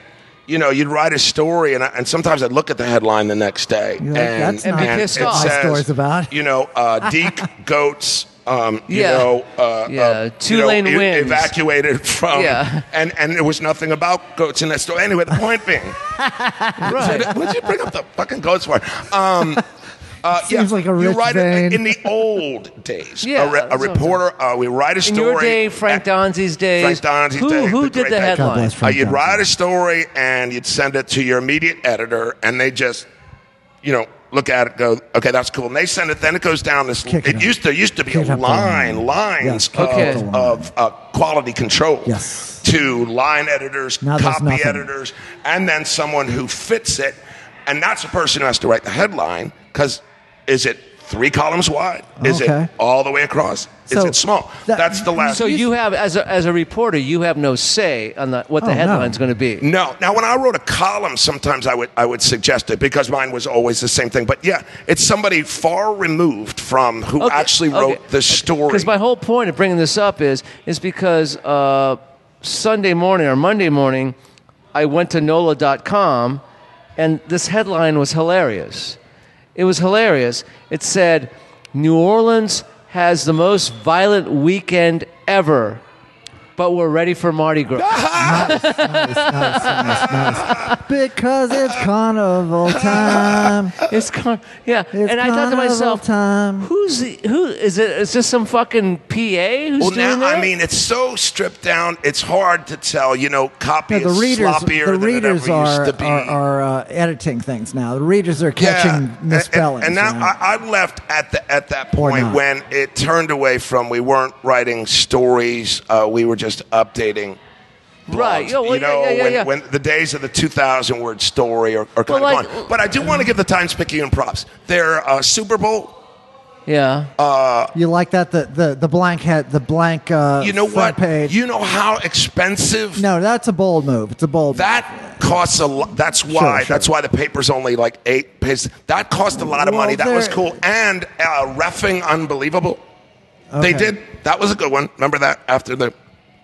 you know you'd write a story and, I, and sometimes I'd look at the headline the next day
You're like,
and
"That's
and
not
And be pissed
it
off."
says,
My story's about.
you know uh, Deke goats um, you
Yeah.
know uh,
Yeah,
uh, you know,
Tulane
e-
wins.
evacuated from
Yeah.
and and there was nothing about goats in that story anyway the point being
Right.
what'd you bring up the fucking goats for um, uh,
Seems like a
you
rich
write it
vein.
in the old days.
Yeah,
a, re- a
that's what I'm
reporter. Uh, we write a
In
story.
your day, Frank
and-
Donzi's days.
Frank Donzi's
who
day,
who
the
did
great
the
guy.
God
headline?
bless
Uh,
Frank
you'd
Johnson.
write a story and you'd send it to your immediate editor, and they just, you know, look at it, go, okay, that's cool. And they send it. Then it goes down this.
Kick it
it
up.
used there used to be
Kick
a
up the line.
line, lines
Yeah,
kick up
of,
the line.
of uh, quality control
Yes.
to line editors,
Now there's
copy
nothing.
editors, and then someone who fits it, and that's the person who has to write the headline because is it three columns wide? Is
Okay.
it all the way across?
So
is it small?
that-
that's the last.
So you have, as a, as a reporter, you have no say on the, what the
Oh, no.
headline's going to be.
No. Now, when I wrote a column, sometimes I would I would suggest it because mine was always the same thing. But yeah, it's somebody far removed from who
Okay,
actually
okay,
wrote the
okay.
story.
Because my whole point of bringing this up is is because uh, Sunday morning or Monday morning, I went to NOLA.com, and this headline was hilarious. It was hilarious. It said, New Orleans has the most violent weekend ever, but we're ready for Mardi Gras.
Because it's carnival time.
it's con- yeah.
It's
and I thought to
carnival
myself,
time.
who's the, who is it? Is this some fucking PA who's
Well,
doing
now
that?
I mean, it's so stripped down. It's hard to tell. You know, copy
Yeah, the
is
readers,
sloppier
the
than
readers
it ever
are,
used to be.
are, are uh, editing things now. The readers are catching
and-
misspellings.
And,
you
now
know?
I, I left at the at that
Or
point
not.
when it turned away from we weren't writing stories. Uh, we were just updating. blogs.
Right. Yeah, well,
you
yeah,
know,
yeah, yeah,
when,
yeah.
when the days of the 2,000 word story are, are kind
Well,
of
like- Mm-hmm.
gone. But I do want to give the Times Picayune props. Their uh, Super Bowl
yeah.
uh,
you like that the the, the blank head the blank uh,
you know
front
what?
page.
You know how expensive
no, that's a bold move. It's a bold.
that costs a lot. That's why.
sure.
That's why the paper's only like eight pages. That cost a lot of
Well,
money. That was
there-
cool. And uh, refing unbelievable.
Okay.
They did. That was a good one. Remember that after the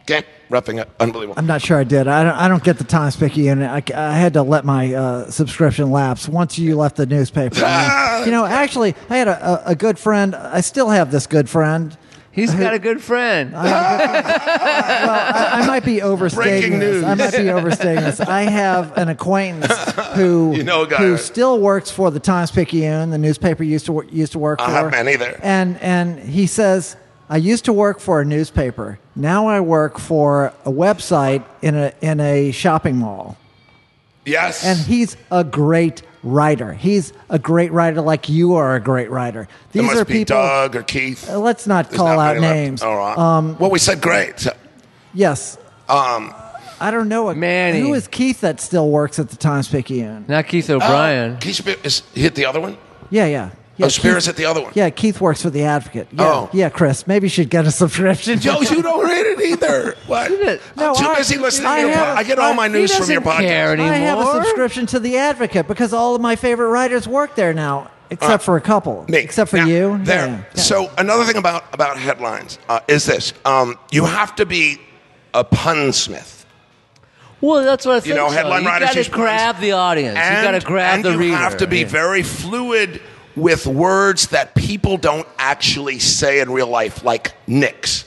game refing unbelievable.
I'm not sure I did. I don't. I don't get the Times Picayune. I, I had to let my uh, subscription lapse once you left the newspaper. I mean, you know, actually, I had a, a, a good friend. I still have this good friend.
He's got a good friend.
I, I might be overstating
Breaking
this. I might be overstating this. I have an acquaintance who
You know a guy,
who
right?
still works for the Times Picayune, the newspaper used to wor- used to work
I
for.
haven't been either.
And and he says, I used to work for a newspaper. Now I work for a website in a in a shopping mall.
Yes.
And he's a great writer. He's a great writer, like you are a great writer. These
it must
are
be
people.
Doug or Keith.
Uh, Let's not
There's
call
not
out
many left.
names.
All right.
Um,
well, we said great. Uh, So-
Yes. Um, I don't know. A,
Manny.
Who is Keith that still works at the Times Picayune?
Not Keith O'Brien.
Oh, Keith Spear is hit the other one.
Yeah, yeah. yeah
oh, Spears
Keith-
hit the other one.
Yeah, Keith works for The Advocate. Yeah,
Oh.
yeah, Chris. Maybe you should get a subscription.
Yo, you don't read it either. What?
it?
No,
I'm too
I-
busy listening
I
to your
have-
podcast. I get all
I-
my
he
news from your
doesn't
podcast.
care
I have a
anymore?
subscription to The Advocate because all of my favorite writers work there now, except
Uh,
for a couple.
Me.
Except for
Now,
you. Yeah,
There.
yeah, yeah.
So another thing about about headlines uh, is this: um, you have to be a punsmith.
Well, that's what I think.
know,
so.
headline
you
writers
gotta
use
grab
puns.
the audience.
and,
you got to grab
and
the
you
reader.
have to be
Yeah.
very fluid with words that people don't actually say in real life, like nix.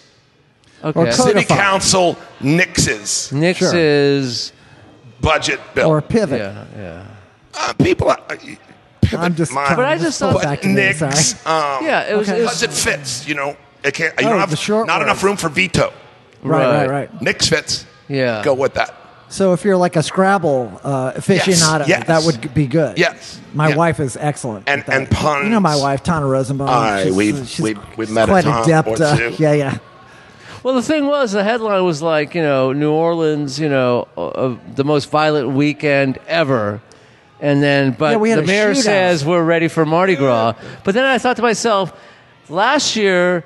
Or
okay.
co-
City
Codify.
council nixes
Nick's
Sure.
is
budget bill.
Or pivot.
yeah, yeah,
uh, people, are, uh, pivot
I'm just.
my-
trying
But I
to
just
go
thought-
back
but
to me,
nix.
sorry.
Um,
yeah. It was,
Okay.
it was
because it fits. You know, it can't. You
Oh,
don't have
the short
not enough
word.
room for veto.
Right,
Right.
right, right.
Nix fits.
Yeah.
Go with that.
So if you're like a Scrabble uh, aficionado,
yes.
that would be good.
Yes.
My
Yeah.
wife is excellent.
And-
at that.
and puns.
You know my wife, Tana Rosenbaum.
Aye,
she's,
we've-
uh, she's,
we've- we've
she's
met a
quite
time
adept.
or
uh,
two.
yeah, yeah.
well, the thing was, the headline was like, you know, New Orleans, you know, uh, uh, the most violent weekend ever. And then, but
Yeah, we had
the
a
mayor
shootout.
says we're ready for Mardi Gras. But then I thought to myself, last year,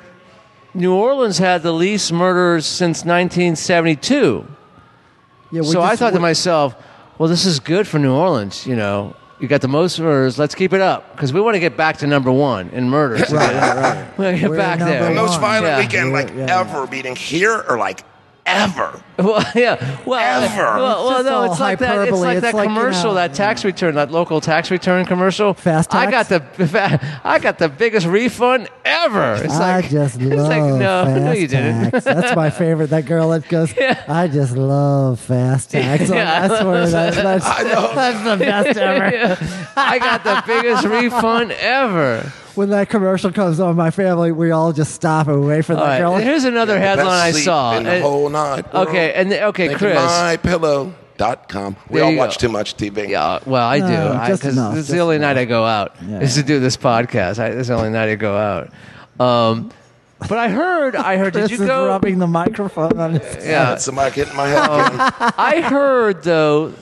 New Orleans had the least murders since 1972.
yeah we
so I
just-
thought to
we-
myself, well, this is good for New Orleans. You know, you got the most murders. Let's keep it up because we want to get back to number one in murders.
Right, right, right.
We want to get
We're
back
number
there.
one.
The most violent
Yeah.
weekend like
Yeah, yeah.
ever meeting here or like ever.
Well, yeah. Well,
Ever.
well, well,
It's just
no,
all
it's like that. It's
hyperbole.
like
It's
that
like, you
commercial,
know,
that tax return, that local tax return commercial.
Fast
I got
tax?
the, I got the biggest refund ever. It's
I
like
just love
it's like, no,
fast
no, you didn't.
tax. That's my favorite. That girl that goes, I just love fast tax.
Yeah.
I swear that, that's, that's the best ever.
I got the biggest refund ever.
When that commercial comes on, my family, we all just stop and wait for that
All right.
girl.
Here's another
The best
headline I
sleep
saw.
in the
Uh,
whole night.
Okay, and the- okay, Chris.
MyPillow.com. We
There
all
you
watch
go.
too much TV.
Yeah, well, I do.
No,
I,
just
'cause
enough,
This is
just
the only night I go out.
Yeah.
Is to do this podcast. I, this is the only night I go out. Um, but I heard. I heard.
Chris
did
is
you go?
rubbing the microphone on his
Yeah. Oh,
That's the mic hitting my head. again.
I heard though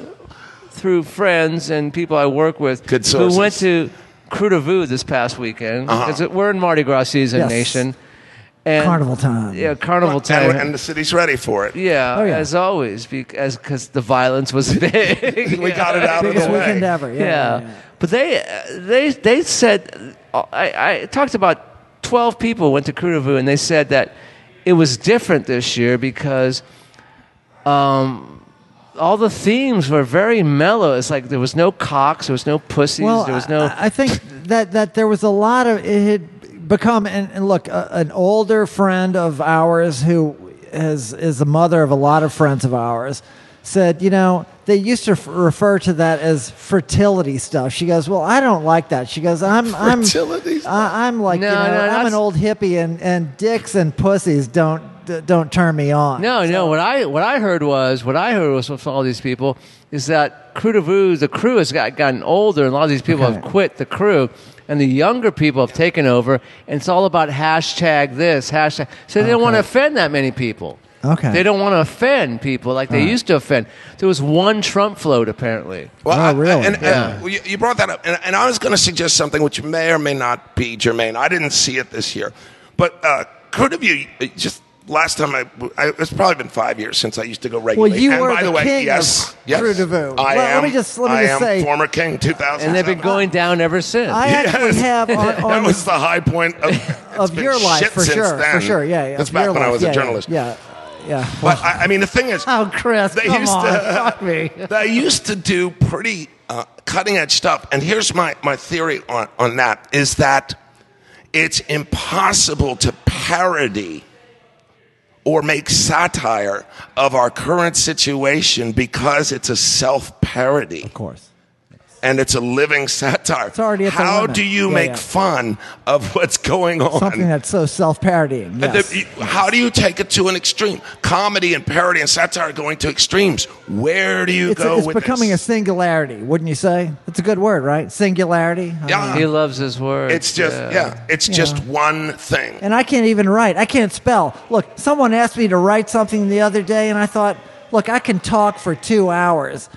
through friends and people I work with
Good
who went
sources.
to
Uh-huh.
Crudavoo this past weekend because we're in Mardi Gras season,
Yes.
nation. And
carnival time.
Yeah, carnival time.
and, and the city's ready for it.
yeah,
Oh, yeah.
as always, because 'cause the violence was big.
We
Yeah.
got it out of
Biggest
the way.
weekend ever. Yeah.
yeah.
yeah, yeah.
But they uh, they they said uh, I, I talked about twelve people went to Krutavu and they said that it was different this year because um, all the themes were very mellow. It's like there was no cocks, there was no pussies,
well,
there was no.
I, I think that that there was a lot of it had become and, and look, a, an older friend of ours who is is the mother of a lot of friends of ours said, you know, they used to f- refer to that as fertility stuff. She goes, well, I don't like that. She goes, I'm I'm
Fertility stuff?
I, I'm like,
No,
you know,
no,
I'm
that's-
an old hippie, and and dicks and pussies don't d- don't turn me on.
no, no. What I what I heard was what I heard was from all these people is that crew de Vue, the crew has got, gotten older, and a lot of these people
Okay.
have quit the crew, and the younger people have taken over, and it's all about hashtag this hashtag. So they don't want to offend that many people.
Okay.
They don't want to offend people like they used to offend. There was one Trump float apparently.
Oh,
I- I-
really?
and, and,
Yeah.
well, you, you brought that up, and, and I was going to suggest something which may or may not be germane. I didn't see it this year, but uh, could have you uh, just last time? I, I it's probably been five years since I used to go
Well,
regularly.
you
and
were
by
the
the, way,
king
yes,
of
yes,
True DeVoe.
I
Well, let
am.
me just- let me
I
just
am
say-
former king, two thousand,
And they've been going down ever since.
I actually have on, on
that was the high point of, it's
of
been
your life
shit
for
since
sure,
then.
for sure. Yeah, yeah.
That's
of
back
your
when I
life.
was
yeah,
a journalist.
Yeah, yeah. yeah.
But I, I mean, the thing is,
Oh, Chris,
They
come
used
on,
to-
fuck me.
they used to do pretty uh, cutting edge stuff. And here's my, my theory on, on that is that it's impossible to parody or make satire of our current situation because it's a self parody
Of course.
and it's a living satire. It's
already at the
How
limit.
do you
Yeah,
make
yeah.
fun of what's going on?
Something that's so self-parodying.
Oh, And
Yes.
the- you- how do you take it to an extreme? Comedy and parody and satire are going to extremes. Where do you
it's
go
it's
with
becoming
this?
a singularity, wouldn't you say? That's a good word, right? Singularity. I
Yeah.
mean,
he loves his words.
It's just yeah. it's just one thing.
and I can't even write. I can't spell. Look, someone asked me to write something the other day, and I thought, look, I can talk for two hours.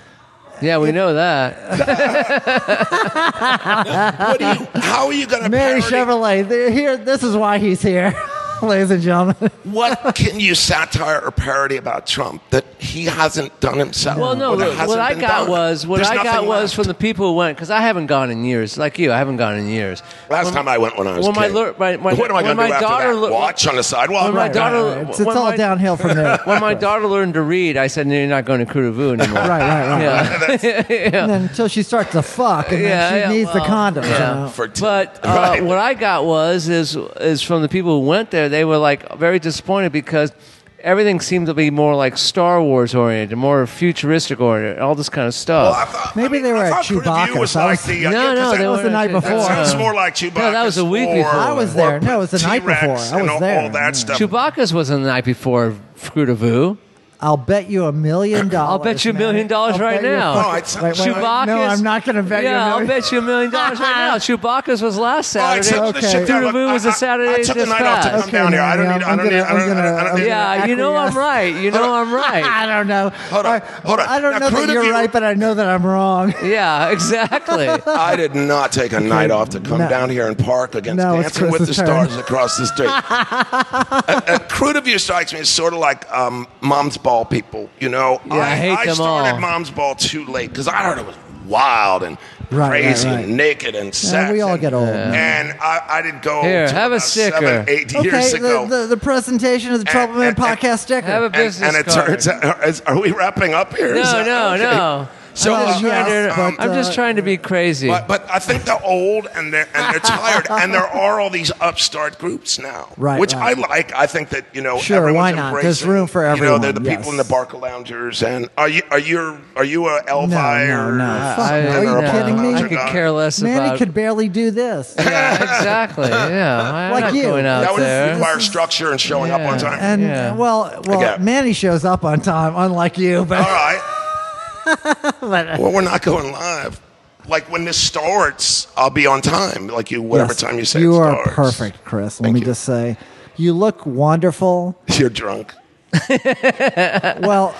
Yeah, we know that.
What do you? How are you going to
Mary
parody?
Chevrolet, they're here. This is why he's here, ladies and gentlemen.
What can you satire or parody about Trump that he hasn't done himself?
Well, no,
or that
look,
hasn't
what I
been
got
done?
was what
There's
I got
nothing
was from
left.
the people who went because I haven't gone in years. Like you, I haven't gone in years.
last time I went when I was.
when my
kid.
lear- my- my-
what am I
when
going to do
my
after
daughter
that?
lear-
Watch on the sidewalk.
When my
Right, right,
daughter-
right. It's, it's
when
all
my-
downhill from there.
When my daughter learned to read, I said, "No, you're not going to Kuruvu anymore."
Right, right, right.
Yeah. yeah.
And then until she starts to fuck, and
Yeah,
then she
yeah,
needs the
well,
condoms. Uh-huh. you
yeah.
know?
For t-
But uh,
Right.
what I got was is is from the people who went there. They were like very disappointed because everything seemed to be more like Star Wars oriented, more futuristic oriented, all this kind of
Well,
stuff.
I thought- I
Maybe
mean,
they were
I
at
thought Purdue
Chewbacca,
was
so I
like
was-
the, uh,
no,
yeah, 'cause
no,
that-
they
was the
weren't-
night
that
before.
That sounds more like Chewbacca.
uh, No, that was a week before. I
was there. No, it was the night before. I was
and all,
there.
All that stuff.
Chewbacca's was the night before Screw to Voo.
I'll bet you a million dollars.
bet you a
man.
million dollars
I'll
right
bet you-
now.
Oh, it's-
Wait, wait, wait.
Chewbacca's.
No, I'm not going to bet you. a
Yeah, I'll
million-
bet you a million dollars right now. Chewbacca's was last
Oh,
Saturday.
took the shit
Screw to Voo was a Saturday
I, I took the
just
night off to come
past.
Okay,
down here. I
Mary,
don't need. I
I'm
don't need.
gonna-
I don't-
I'm
I don't- I
gonna-
don't need.
Yeah, you know I'm
Acquiesce.
right. You know I'm
I
right.
don't know.
Hold on,
I-
hold on.
I don't
Now,
know
Crude,
that
if
you're
you-
right, but I know that I'm wrong.
Yeah, exactly.
I did not take a night off to come
No.
down here and park against
No, it's
Dancing with the
Chris's turn.
Stars across the street. a, a crude of you strikes me as sort of like um, mom's ball people, you know.
Yeah, I hate them
started
all.
mom's ball too late because I heard it was wild and
Right, right,
crazy
right.
and naked and sex.
we all
and-
get old.
And I, I didn't go
Here,
till
have a
about
sticker.
Seven, eight
Okay,
years
the,
ago.
the, the presentation of the
And-
Troubleman
and- and-
podcast sticker.
Have a
and,
business
and it
card.
turns out, is, are we wrapping up here?
no,
Is that-
no,
okay.
no.
So,
uh,
I'm, just trying to,
yes, but,
I'm just
uh,
trying to be crazy.
But, but I think they're old and they're, and they're tired, and there are all these upstart groups now,
Right,
Which
right.
I like. I think that you know,
Sure,
everyone's
why not? There's
embracing,
room for
You know, they're the
everyone,
people in the
yes.
Barca loungers, and are you are you are you a
no,
Elvi
no,
or
no. Fuck,
I-
no. Are
I-
you
no,
kidding me?
I could care less
Manny
about.
could barely do this.
yeah, exactly. Yeah, I'm
Like
not
you.
going out
that would
there.
require structure and showing up on
Yeah.
time?
And
Yeah.
well, well,
Okay.
Manny shows up on time, unlike you.
all
But
right.
uh,
well, we're not going live. Like when this starts, I'll be on time. Like you, whatever
Yes,
time you say
you
it
are
starts.
perfect, Chris. Let me
you.
just say, you look wonderful.
You're drunk.
well,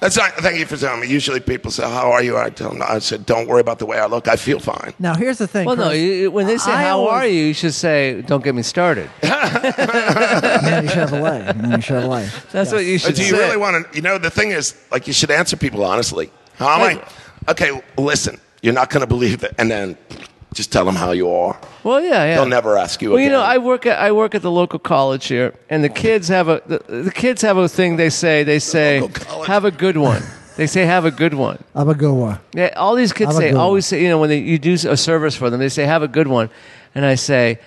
That's not, thank you for telling me. Usually people say, "How are you?" I tell them. I said, "Don't worry about the way I look. I feel fine."
now here's the thing.
Well, no.
Chris.
You, you- when they say
I
"How
always-
are you," you should say "Don't get me started."
Manny Chevrolet, Manny Chevrolet.
That's what you
Uh,
should
Do
say.
you really want to? You know, the thing is, like, you should answer people honestly. How am
Like-
I? Okay, listen. You're not going to believe it, and then just tell them how you are.
Well, yeah, yeah.
They'll never ask you
Well, you
again.
know, I work at I work at the local college here, and the kids have a the, the kids have a thing they say. They say,
local college.
"Have a good one." They say have a good one.
Abagoa.
Yeah, all these kids
Have a
say
good one.
always say you know when they, you do a service for them, they say have a good one, and I say,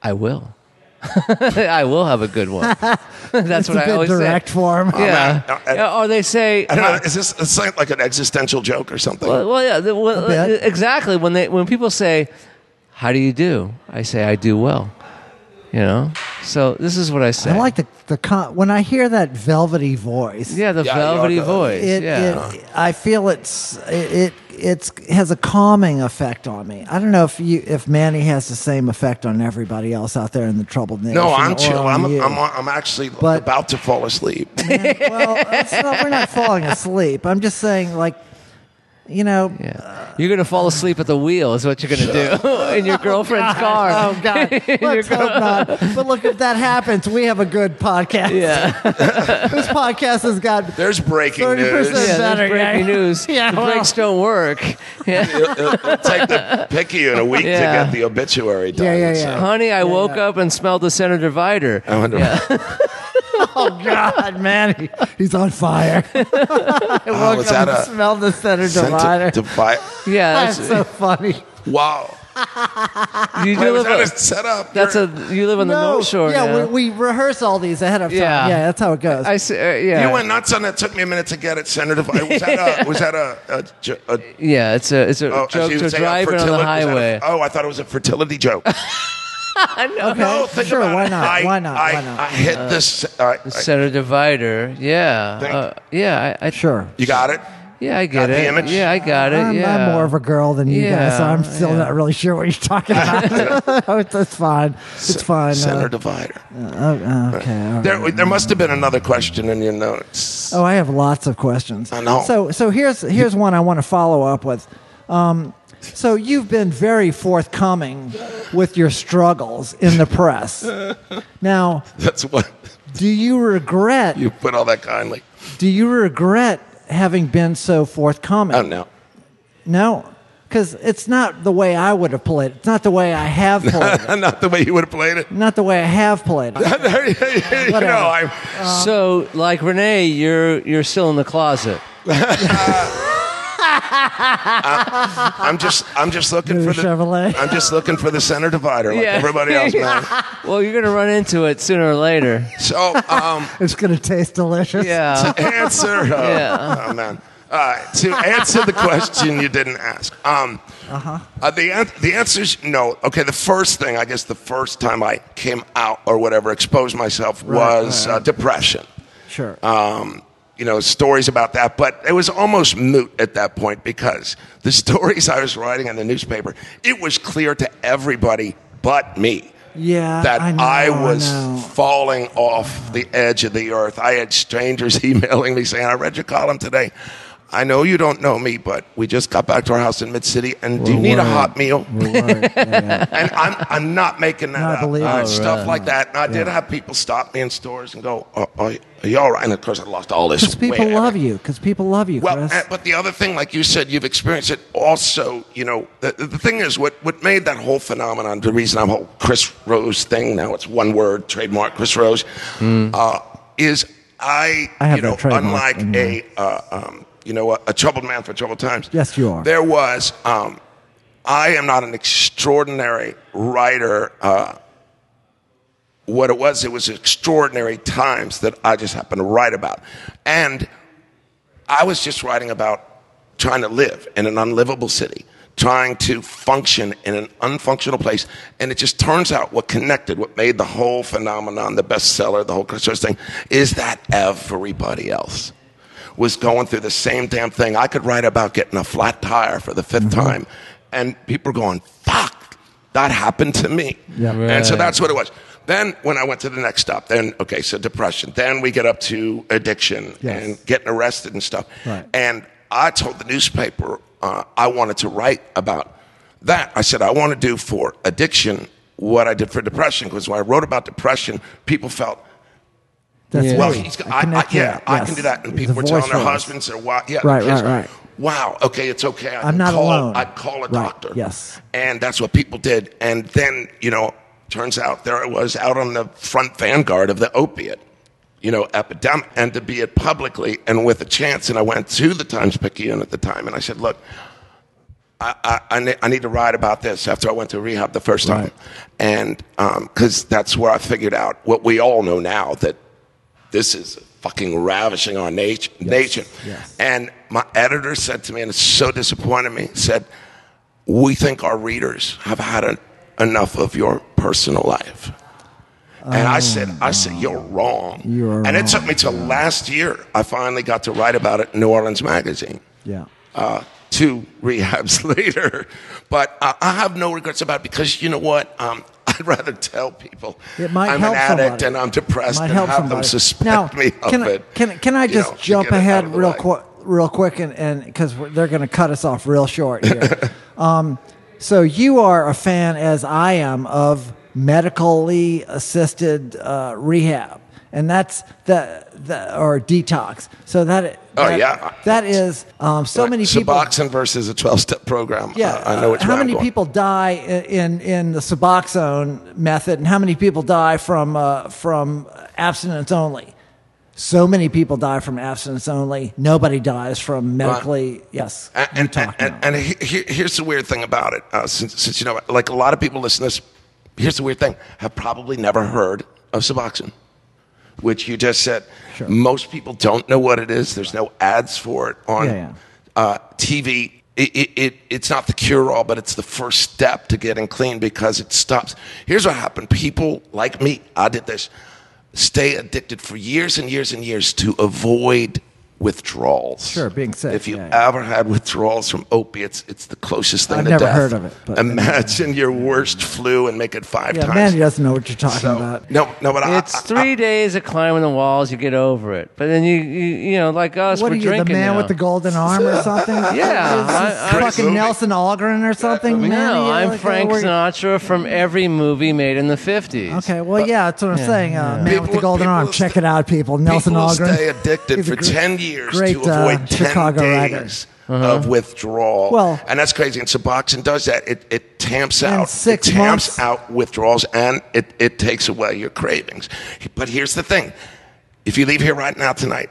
I will. I will have a good one. That's
It's
what
a
I
bit
always
direct
say.
for him.
Yeah.
Oh, man.
Yeah, Or they say.
I don't know. Is this it's like, like an existential joke or something?
Well, well, yeah. the- well, uh,
A bit.
exactly. When they when people say, "How do you do?" I say, "I do well." You know. So this is what I say.
I like the the con- when I hear that velvety voice.
Yeah, the
Yeah, you are
velvety
good.
voice.
It,
yeah.
it I feel it's it, it it's has a calming effect on me. I don't know if you if Manny has the same effect on everybody else out there in the troubled nation.
no, I'm
or
chill.
on
I'm,
you.
I'm, I'm actually
But-
about to fall asleep.
well, it's not, we're not falling asleep. I'm just saying, like, you know,
yeah. You're gonna fall asleep at the wheel. Is what you're gonna do in your girlfriend's car.
Oh God! Let's hope not. But look, if that happens, we have a good podcast.
Yeah.
this podcast has got
There's breaking
30%
news.
yeah.
better,
There's breaking
yeah.
news.
Yeah,
the
well.
brakes don't work. Yeah.
It'll, it'll take the picky in a week
Yeah.
to get the obituary done.
Yeah, yeah,
so-
yeah.
Honey, I woke up and smelled the center divider.
I wonder.
oh God, Manny, he's on fire. I
Oh,
woke
was
up
that
and
a
smelled the center divider.
Sent to, to buy.
Yeah,
That's
that's,
so funny.
Wow.
you
Wait,
do live.
was that
A,
a setup?
that's a you live on the North Shore.
yeah,
now.
We, we rehearse all these ahead of time.
Yeah.
Yeah, that's how it goes.
I see, uh, yeah.
You went nuts on that. Took me a minute to get it centered. Was that a? Was that a? a, j- a-
Yeah, it's a it's a
oh, as
joke
you
to
would say, a
driving on
fertili-
the
was that a-
highway.
oh, I thought it was a fertility joke.
okay,
No, think
sure.
about
Why
it.
not?
I,
why not?
I,
why not? Uh,
I hit this. I, I,
Center divider. Yeah,
Thank-
uh, yeah. I, I
sure.
you got it.
Yeah, I get
Got the
it.
image?
Yeah, I got it.
I'm,
yeah,
I'm more of a girl than you guys, so
Yeah,
I'm still
yeah.
not really sure what you're talking about. oh, it's, it's fine. It's fine.
Center
Uh,
divider.
oh, okay. all right.
There, there must have been another question in your notes.
Oh, I have lots of questions.
I know.
So, so here's here's one I want to follow up with. Um, so you've been very forthcoming with your struggles in the press. Now,
That's what
do you regret?
you put all that kindly.
Do you regret having been so forthcoming?
Oh no.
No, because it's not the way I would have played. it. It's not the way I have played. it.
Not the way you would have played it.
Not the way I have played. it.
you
Whatever.
know, I'm,
So, like Renee, you're you're still in the closet.
I'm just, I'm just looking
New
for the,
Chevrolet.
I'm just looking for the center divider, like
Yeah.
everybody else, man.
Well, you're gonna run into it sooner or later.
So, um,
It's gonna taste delicious.
Yeah.
to answer, uh,
Yeah.
oh, man, uh, to answer the question you didn't ask. Um,
Uh-huh.
uh, the an- the answer is no. Okay, the first thing I guess the first time I came out or whatever exposed myself was Uh, depression.
Sure.
Um, you know, stories about that, but it was almost moot at that point because the stories I was writing in the newspaper, it was clear to everybody but me
yeah.
that
I, know,
I, was
know.
falling off the edge of the earth. I had strangers emailing me saying, I read your column today. I know you don't know me, but we just got back to our house in Mid City, and do you need a hot meal? and I'm, I'm not making that
No, I
up.
believe
Uh,
it. Oh,
Stuff
right.
like that. And I did have people stop me in stores and go, "Are- are, are you all right? And of course, I lost all this
Because people
weight.
love you. Because people love you,
Well,
Chris.
uh, but the other thing, like you said, you've experienced it also. You know, the, the thing is, what, what made that whole phenomenon, the reason I'm whole Chris Rose thing, now it's one word, trademark Chris Rose, uh, is I,
Hmm. I have
you know,
that trademark,
unlike
I know.
a, uh, um, you know, a, a troubled man for troubled times.
Yes, you are.
There was, um, I am not an extraordinary writer. Uh, what it was, it was extraordinary times that I just happened to write about. And I was just writing about trying to live in an unlivable city, trying to function in an unfunctional place. And it just turns out what connected, what made the whole phenomenon, the bestseller, the whole Christmas thing, is that everybody else was going through the same damn thing. I could write about getting a flat tire for the 5th
Mm-hmm.
time, and people are going, fuck, that happened to me.
Yeah.
And so
Right.
that's what it was. Then when I went to the next stop, then okay, so depression. Then we get up to addiction
Yes.
and getting arrested and stuff.
Right.
And I told the newspaper uh, I wanted to write about that. I said I want to do for addiction what I did for depression because when I wrote about depression, people felt
That's
Yeah.
me.
well, he's, I, I,
connect to
yeah,
that.
I
Yes.
can do that. And
It's
people
a
were telling
voice
their
for us.
husbands, their wives, yeah,
Right,
kids,
right, right.
Wow, okay, it's okay. I
I'm
can
not
call,
alone.
I'd call a
Right,
doctor.
yes.
And that's what people did. And then, you know, turns out there I was out on the front vanguard of the opiate you know, epidemic and to be it publicly and with a chance. And I went to the Times Picayune at the time and I said, look, I, I, I, ne- I need to write about this after I went to rehab the first time.
Right.
And because that's where I figured out what we all know now that this is fucking ravishing our nat- nation.
Yes.
And my editor said to me, and it so disappointed me, said, we think our readers have had en- enough of your personal life. And I said, I said, you're wrong.
You are
and it took
Oh. wrong,
me till last year. I finally got to write about it in New Orleans Magazine
Yeah.
uh, two rehabs later. But uh, I have no regrets about it because you know what? Um, I'd rather tell people
It might
I'm
help
an addict
somebody.
and I'm depressed
Might
and
help
have them
somebody.
suspect
now,
me of
can I,
it.
Can, can I
you
just
know, to
jump
get it out
ahead
of the
real
way.
quick, real quick, and and because they're going to cut us off real short here. um, so you are a fan, as I am, of medically assisted uh, rehab, and that's the, the or detox. So that
Oh,
that-
yeah.
that is um, so many people.
Suboxone versus a 12 step program. uh,
Yeah, uh,
I, I know it's
how many people die i- in in the Suboxone method, and how many people die from uh, from abstinence only? So many people die from abstinence only. Nobody dies from medically. Yes,
And,
you
and,
talk
and,
now.
and he, he- here's the weird thing about it. Uh, since, since you know, like a lot of people listen to this, here's the weird thing have probably never heard of Suboxone, which you just said.
Sure.
Most people don't know what it is. There's no ads for it on
Yeah, yeah.
Uh, TV. It, it, it, it's not the cure all, but it's the first step to getting clean because it stops. Here's what happened people like me, I did this, stay addicted for years and years and years to avoid withdrawals.
Sure, being sick,
If you
yeah, yeah.
ever had withdrawals from opiates, it's the closest thing
I've
to
never
death.
heard of it, but-
Imagine your worst flu and make it five
yeah,
times.
Mandy doesn't know what you're talking
So-
about.
no, no, but I-
It's
I, I-
three days of climbing the walls. You get over it, but then you, you, you know, like us,
What
we're
are you,
drinking
the man
now.
with the golden arm or something?
Yeah, I- I-
fucking
movie.
Nelson Algren or something. Mandy,
No, I'm
like,
Frank
uh, we're-
Sinatra from every movie made in the 50s.
Okay, well, yeah, that's what I'm saying. Uh, Man with the
People-
Golden
people
Arm.
will
Check
stay-
it out, people. Nelson
people
Algren.
stay addicted
He's a
for
gr-
10 years
great,
to avoid
uh,
10
Chicago
days
writer. Uh-huh.
of withdrawal.
Well-
and that's crazy. And Suboxone does that. It, it tamps
And
out
six
it
months-
tamps out withdrawals and it, it takes away your cravings. But here's the thing. If you leave here right now tonight,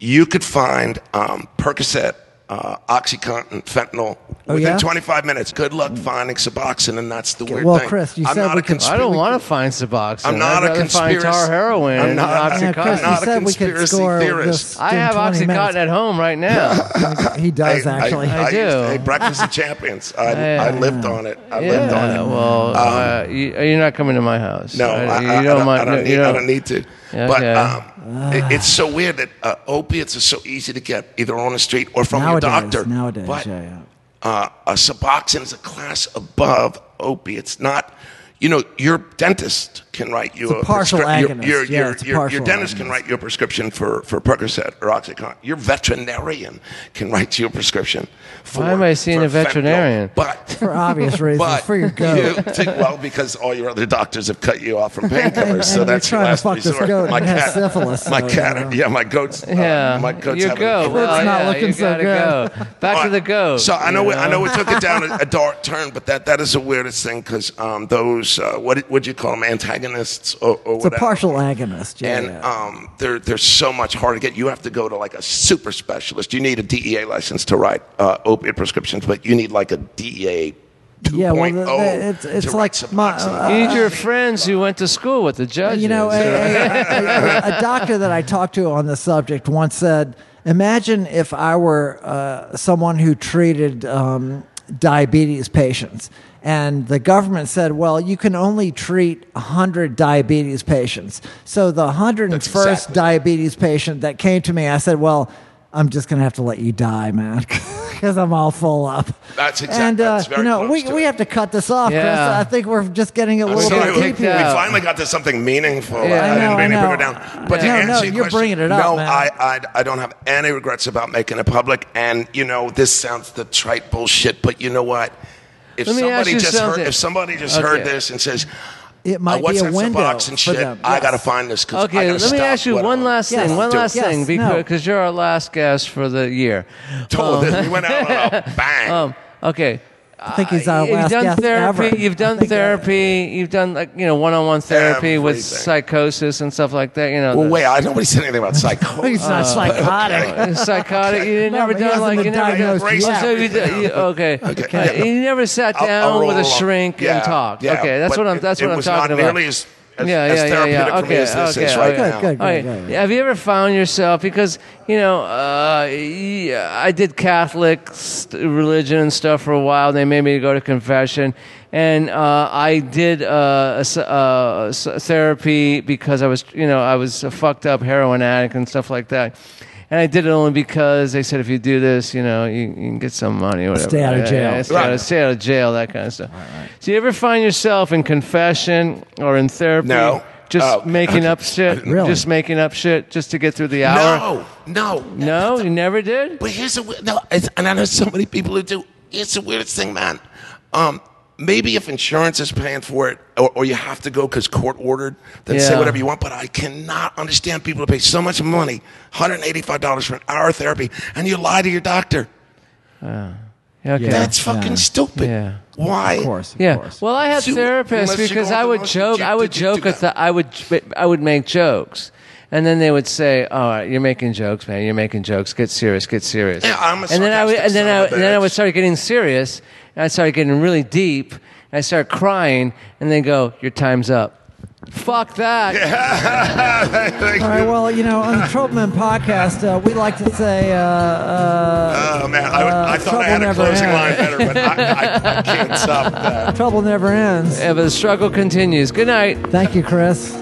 you could find um, Percocet, uh, OxyContin, fentanyl
Oh,
within
yeah?
25 minutes. Good luck finding Suboxone, and that's the weird
well,
thing.
Chris, you
I'm
said
not
we
a
could-
I don't
conspiracy-
want to find Suboxone.
I'm not
I'd
a
rather
conspiracy.
Find tar heroin
I'm
and
not-
Yeah, Chris,
OxyContin.
you
not a
said we could
conspiracy
score
theorist.
This
I
in
have
20
OxyContin
minutes.
at home right now.
He does
I- I-
actually.
I,
do.
used- hey, Breakfast of Champions. I, I lived on it. I lived on
yeah,
it. Um,
well, uh, you, you're not coming to my house.
no,
I-
I, I-
you
I
don't
don't,
mind.
I, don't
you
need, I
don't-
don't need to.
Yeah,
But
okay.
um, it- it's so weird that uh, opiates are so easy to get either on the street or from
nowadays,
your doctor.
nowadays,
But,
yeah, yeah.
uh, a Suboxone is a class above opiates. Not, you know, your dentist can write you
It's a partial
prescription.
agonist.
Your, your,
Yeah,
your,
it's a
your, your
partial
dentist can
agonist.
write you a prescription for, for Percocet or OxyContin. Your veterinarian can write you a prescription. For,
Why am I seeing
for
a veterinarian?
fentanyl. But
for obvious reasons,
but
for your goat.
you think- well, because all your other doctors have cut you off from painkillers, so
and
that's
you're trying to
your last
fuck this
resort.
goat
my
that has
cat,
syphilis,
my
so,
cat,
you know.
yeah, my goat's, uh,
Yeah,
my goat's
your
having a
goat.
career.
It's
Well,
not
yeah,
looking
you
so
gotta
good.
Go. Back to
All
the
right.
goat.
So I know,
you
we, I know we took it down a, a dark turn, but that, that is the weirdest thing because um, those uh, what would you call them antagonists or, or
It's a
whatever.
partial agonist. Yeah,
and
yeah.
um, they're they're so much harder to get. You have to go to like a super specialist. You need a DEA license to write uh, opiate prescriptions, but you need like a DEA. 2.0
Yeah, well, the- the- it's- it's
to write
like my- uh,
Suboxone.
You need your friends who went to school with the judges.
you know, a, a- a- a doctor that I talked to on the subject once said, "Imagine if I were uh, someone who treated um, diabetes patients." And the government said, "Well, you can only treat 100 diabetes patients." So the 101st
exactly-
diabetes patient that came to me, I said, "Well, I'm just gonna have to let you die, man, because I'm all full up."
That's exact-
And uh,
that's very
you know,
close
we,
to
we
it.
have to cut this off,
Yeah.
Chris. I think we're just getting a
I'm
little
sorry,
bit
we,
deep
kicked
here.
we
out.
finally got to something meaningful.
Yeah. I
I,
know,
didn't mean
I
to bring
know.
it down. But to
No,
answer
no,
your
you're
question,
bringing it up,
No,
man.
I, I, I don't have any regrets about making it public. And you know, this sounds the trite bullshit, but you know what? If
Let me ask
somebody
you
just
something.
heard, if somebody just
Okay.
heard this and says,
It might
uh, "What's
be a
that
window
Suboxone
for
shit?
them.
I
Yes.
got to find this." 'cause I
Okay,
gotta
let me
stop
ask you
what
one
I'm
last
Yes.
thing. One
doing."
last
Yes,
thing,
no.
because 'cause you're our last guest for the year.
Told this. We went out on a bang.
Um, okay,
I think he's our
You've
last
done
guest
therapy.
ever.
You've
I
done
think, uh,
therapy. You've done like you know one-on-one therapy with
Everything.
psychosis and stuff like that. You know,
Well,
the-
wait, I, nobody said anything about psychosis.
He's not
Oh,
psychotic.
psychotic. You
No,
never
he
done
hasn't
like
been
you never.
diagnosed
I got
Oh,
yet.
so you, did- you- okay.
Okay.
Uh, you never sat
I'll- I'll
down with a
roll along.
shrink
Yeah,
and talked.
yeah,
okay, that's
but
what I'm. That's
it-
what
it
I'm
was
talking
not
about.
Nearly as, as,
Yeah,
as
yeah, yeah, yeah.
therapeutic for me
Okay,
as this is
okay,
right
okay.
Good,
now.
good.
All right.
right, right.
Have you ever found yourself because you know uh, yeah, I did Catholic st- religion and stuff for a while. They made me go to confession, and uh, I did uh, a s- uh, a s- therapy because I was you know I was a fucked up heroin addict and stuff like that. And I did it only because they said if you do this, you know, you, you can get some money or whatever.
Stay out of
Yeah,
jail.
yeah, stay,
Right.
out of, stay out of jail, that kind of stuff. Do you ever find yourself in confession or in therapy?
No.
Just
Oh.
making up shit.
Really?
Just making up shit just to get through the hour.
No, no,
No, you never did.
But here's a we- no, it's, and I know so many people who do. It's the weirdest thing, man. Um, maybe if insurance is paying for it, or, or you have to go because court ordered, then say
Yeah.
whatever you want. But I cannot understand people who pay so much money, hundred eighty-five dollars for an hour of therapy, and you lie to your doctor.
Okay.
That's fucking stupid.
Yeah.
Why?
Of course, of
yeah.
course.
Well, I had
So,
therapists
unless you
because
go
I
with
would
emotion,
joke.
you
I would
did- you do
joke at
that.
the. I would. I would make jokes, and then they would say, "All right, you're making jokes, man. You're making jokes. Get serious. Get serious."
Yeah, I'm a
and then I would.
sarcastic
And then
son
I.
of a
And then I would
bitch.
start getting serious, and I started getting really deep. And I start crying, and they go, "Your time's up." Fuck that.
All right, well, you know, on the Troubleman podcast, uh, we like to say, uh, uh,
Oh man, I, would- I
Uh,
thought I had a
trouble never
closing line
ends.
better, but I, I, I can't stop that.
trouble never ends.
Yeah, but the struggle continues. Good night.
Thank you, Chris.